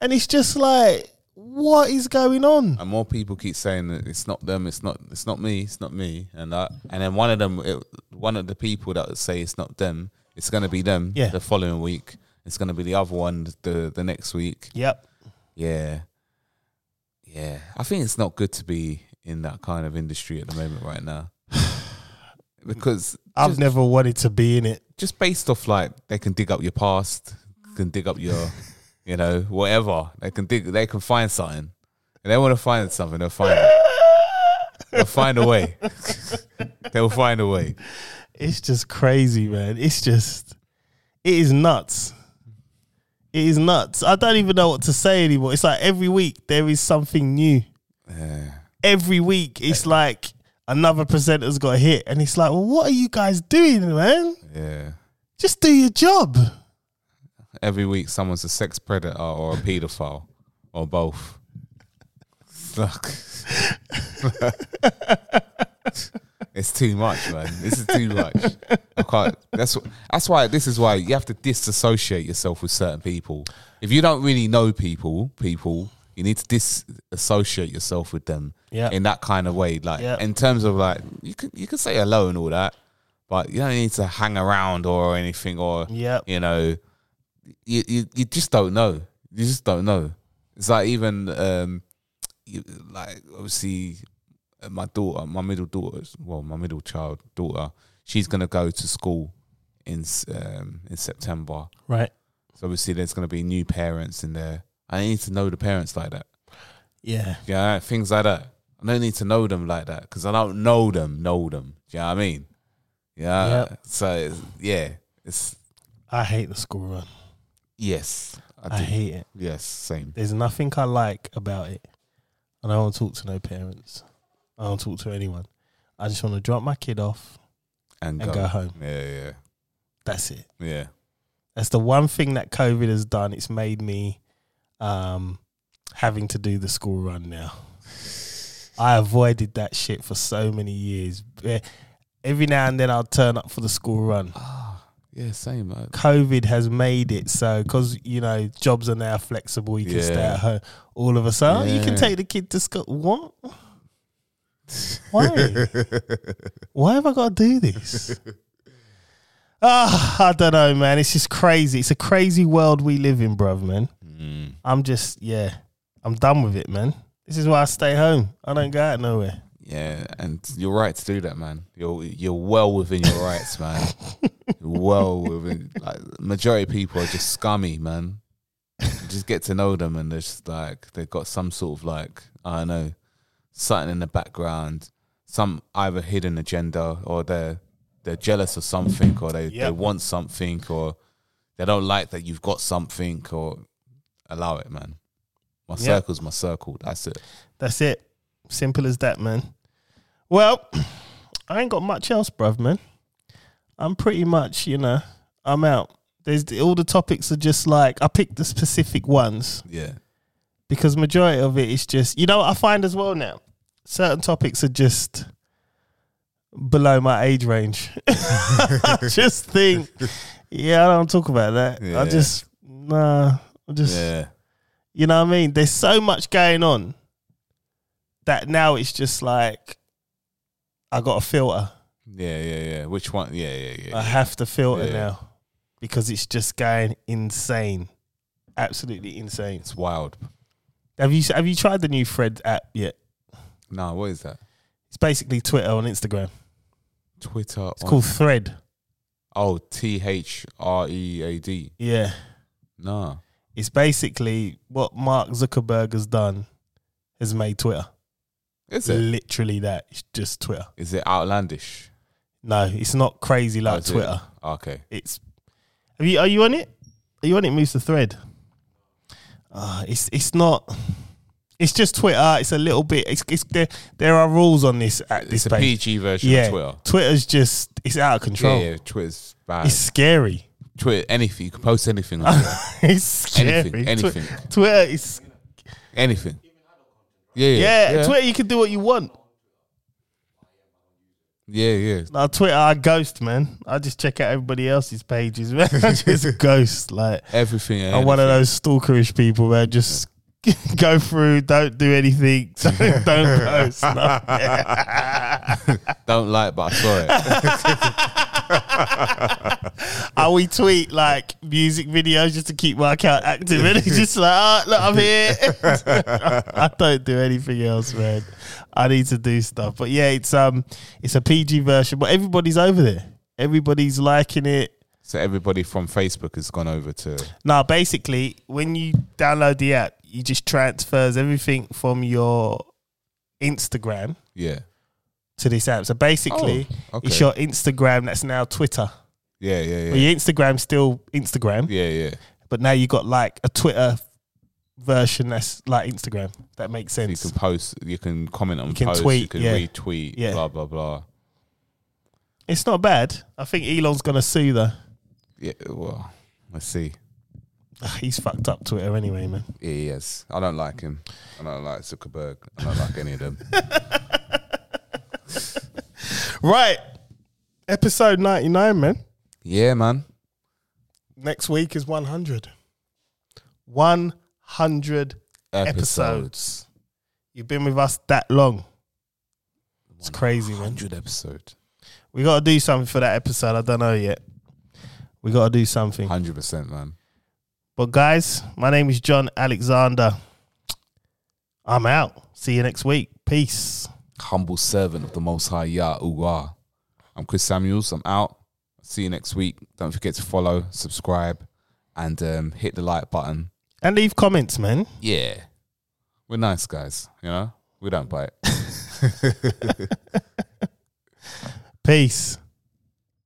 and it's just like what is going on and more people keep saying that it's not them, it's not, it's not me, it's not me, and that, and then one of them, it, one of the people that say it's not them, it's gonna be them. Yeah. the following week, it's gonna be the other one the the next week. yep Yeah. Yeah. I think it's not good to be in that kind of industry at the moment right now. <sighs> because i've just, never wanted to be in it just based off like they can dig up your past, can dig up your you know, whatever. They can dig they can find something. If they want to find something, they'll find it. They'll find a way. <laughs> they'll find a way. It's just crazy, man. It's just, it is nuts. It is nuts. I don't even know what to say anymore. It's like every week there is something new. Every week it's like another presenter's got hit, and it's like, well, what are you guys doing, man? Yeah. Just do your job. Every week, someone's a sex predator or a paedophile or both. Look. <laughs> it's too much, man. This is too much. I can't. That's wh- that's why. This is why you have to disassociate yourself with certain people. If you don't really know people, people, you need to disassociate yourself with them. Yeah. In that kind of way, like Yeah. in terms of like you can you can say hello and all that, but you don't need to hang around or anything or Yeah. you know, you, you you just don't know. You just don't know. It's like even um, you, like obviously uh, my daughter, my middle daughter, well, my middle child daughter, she's gonna go to school in s- um, in September. Right. So obviously there's gonna be new parents in there. I need to know the parents like that. Yeah. Yeah, things like that. I don't need to know them like that because I don't know them. Know them. Do you know what I mean? Yeah. Yep. So it's, yeah, it's I hate the school run. yes. I do. hate it. Yes, same. There's nothing I like about it. And I don't want to talk to no parents. I don't talk to anyone. I just want to drop my kid off. And, And go home. Yeah, That's it. yeah, yeah. That's the one thing that COVID has done. It's made me um, having to do the school run now. I avoided that shit for so many years. Eh, Every now and then I'll turn up for the school run. Yeah, same. I- COVID has made it so because you know jobs are now flexible. You can stay Yeah. at home. All of a sudden, Oh, you can Yeah. take the kid to school. What? <laughs> Why? Why have I got to do this? Ah, I don't know, man. It's just crazy. It's a crazy world we live in, bruv, man. Mm, I'm just, yeah, I'm done with it, man. This is why I stay home. I don't go out nowhere. Yeah, and you're right to do that, man. You're you're well within your rights, man. You're well within. Like majority of people are just scummy, man. You just get to know them, and they're just like they've got some sort of like I don't know something in the background, some either hidden agenda, or they're they're jealous of something, or they they Yep. want something, or they don't like that you've got something, or allow it, man. My Yep. circle's my circle. That's it. That's it. Simple as that, man. Well, <clears throat> I ain't got much else, bruv, man. I'm pretty much, you know, I'm out. There's all the topics are just like I picked the specific ones Yeah. because majority of it is just you know what I find as well now. Certain topics are just below my age range. <laughs> <laughs> I just think, yeah, I don't talk about that. Yeah. I just nah. I just Yeah. you know what I mean? There's so much going on that now it's just like I got to filter. Yeah, yeah, yeah. Which one? Yeah, yeah, yeah. I have to filter Yeah. now because it's just going insane, absolutely insane. it's wild. Have you have you tried the new Fred app yet? No, what is that? It's basically Twitter on Instagram. Twitter. It's called Thread. Oh, T H R E A D. Yeah, No. it's basically what Mark Zuckerberg has done has made Twitter. Is it? Literally that. It's just Twitter. Is it outlandish? No, it's not crazy Oh, like is it? Uh, Twitter. Okay. it's have you are you on it? Are you on it? Moves the thread. Uh, it's it's not. It's just Twitter. It's a little bit. It's, it's there. There are rules on this at It's this a page. PG version yeah, of Twitter. Twitter's just it's out of control. Yeah, yeah, Twitter's bad. It's scary. <laughs> Twitter, anything. You can post anything on Twitter. it's scary. Anything, Twi- anything. Twitter is anything. Yeah, yeah. yeah, Twitter. You can do what you want. Yeah, yeah. Now Twitter, I ghost man. I just check out everybody else's pages. Man. <laughs> I just ghost like. Everything. I'm one of those stalkerish people, man. Just <laughs> go through, don't do anything, <laughs> don't, don't post. No. Don't like, but I <laughs> saw it. I we tweet like music videos just to keep my account active, and it's just like, oh, look, I'm here. <laughs> I don't do anything else, man. I need to do stuff, but yeah, it's um, it's a PG version, but everybody's over there. Everybody's liking it. so everybody from Facebook has gone over to. Now, basically, when you download the app, you just transfers everything from your Instagram Yeah. to this app. So basically, Oh, it's okay. your Instagram that's now Twitter. Yeah, yeah, Well, yeah. your Instagram's still Instagram, Yeah, yeah. but now you got like a Twitter version that's like Instagram. That makes So you sense. can post, you can comment on can posts, you tweet, can yeah. retweet, Yeah. blah, blah, blah. It's not bad. I think Elon's gonna sue though. Yeah, well, let's see. He's fucked up Twitter anyway, man. Yeah, he is. I don't like him. I don't like Zuckerberg. I don't like any of them. <laughs> Right. Episode 99, man. Yeah, man. Next week is 100. 100 Episodes. episodes. You've been with us that long. It's crazy, man. 100 episode. We got to do something for that episode. I don't know yet. We got to do something. 100%, man. But guys, my name is John Alexander. I'm out. See you next week. Peace. Humble servant of the Most High Yah, ooh, ah. I'm Chris Samuels. I'm out. See you next week. Don't forget to follow, subscribe, and um, hit the like button. And leave comments, man. Yeah. We're nice guys, you know? We don't bite. Peace.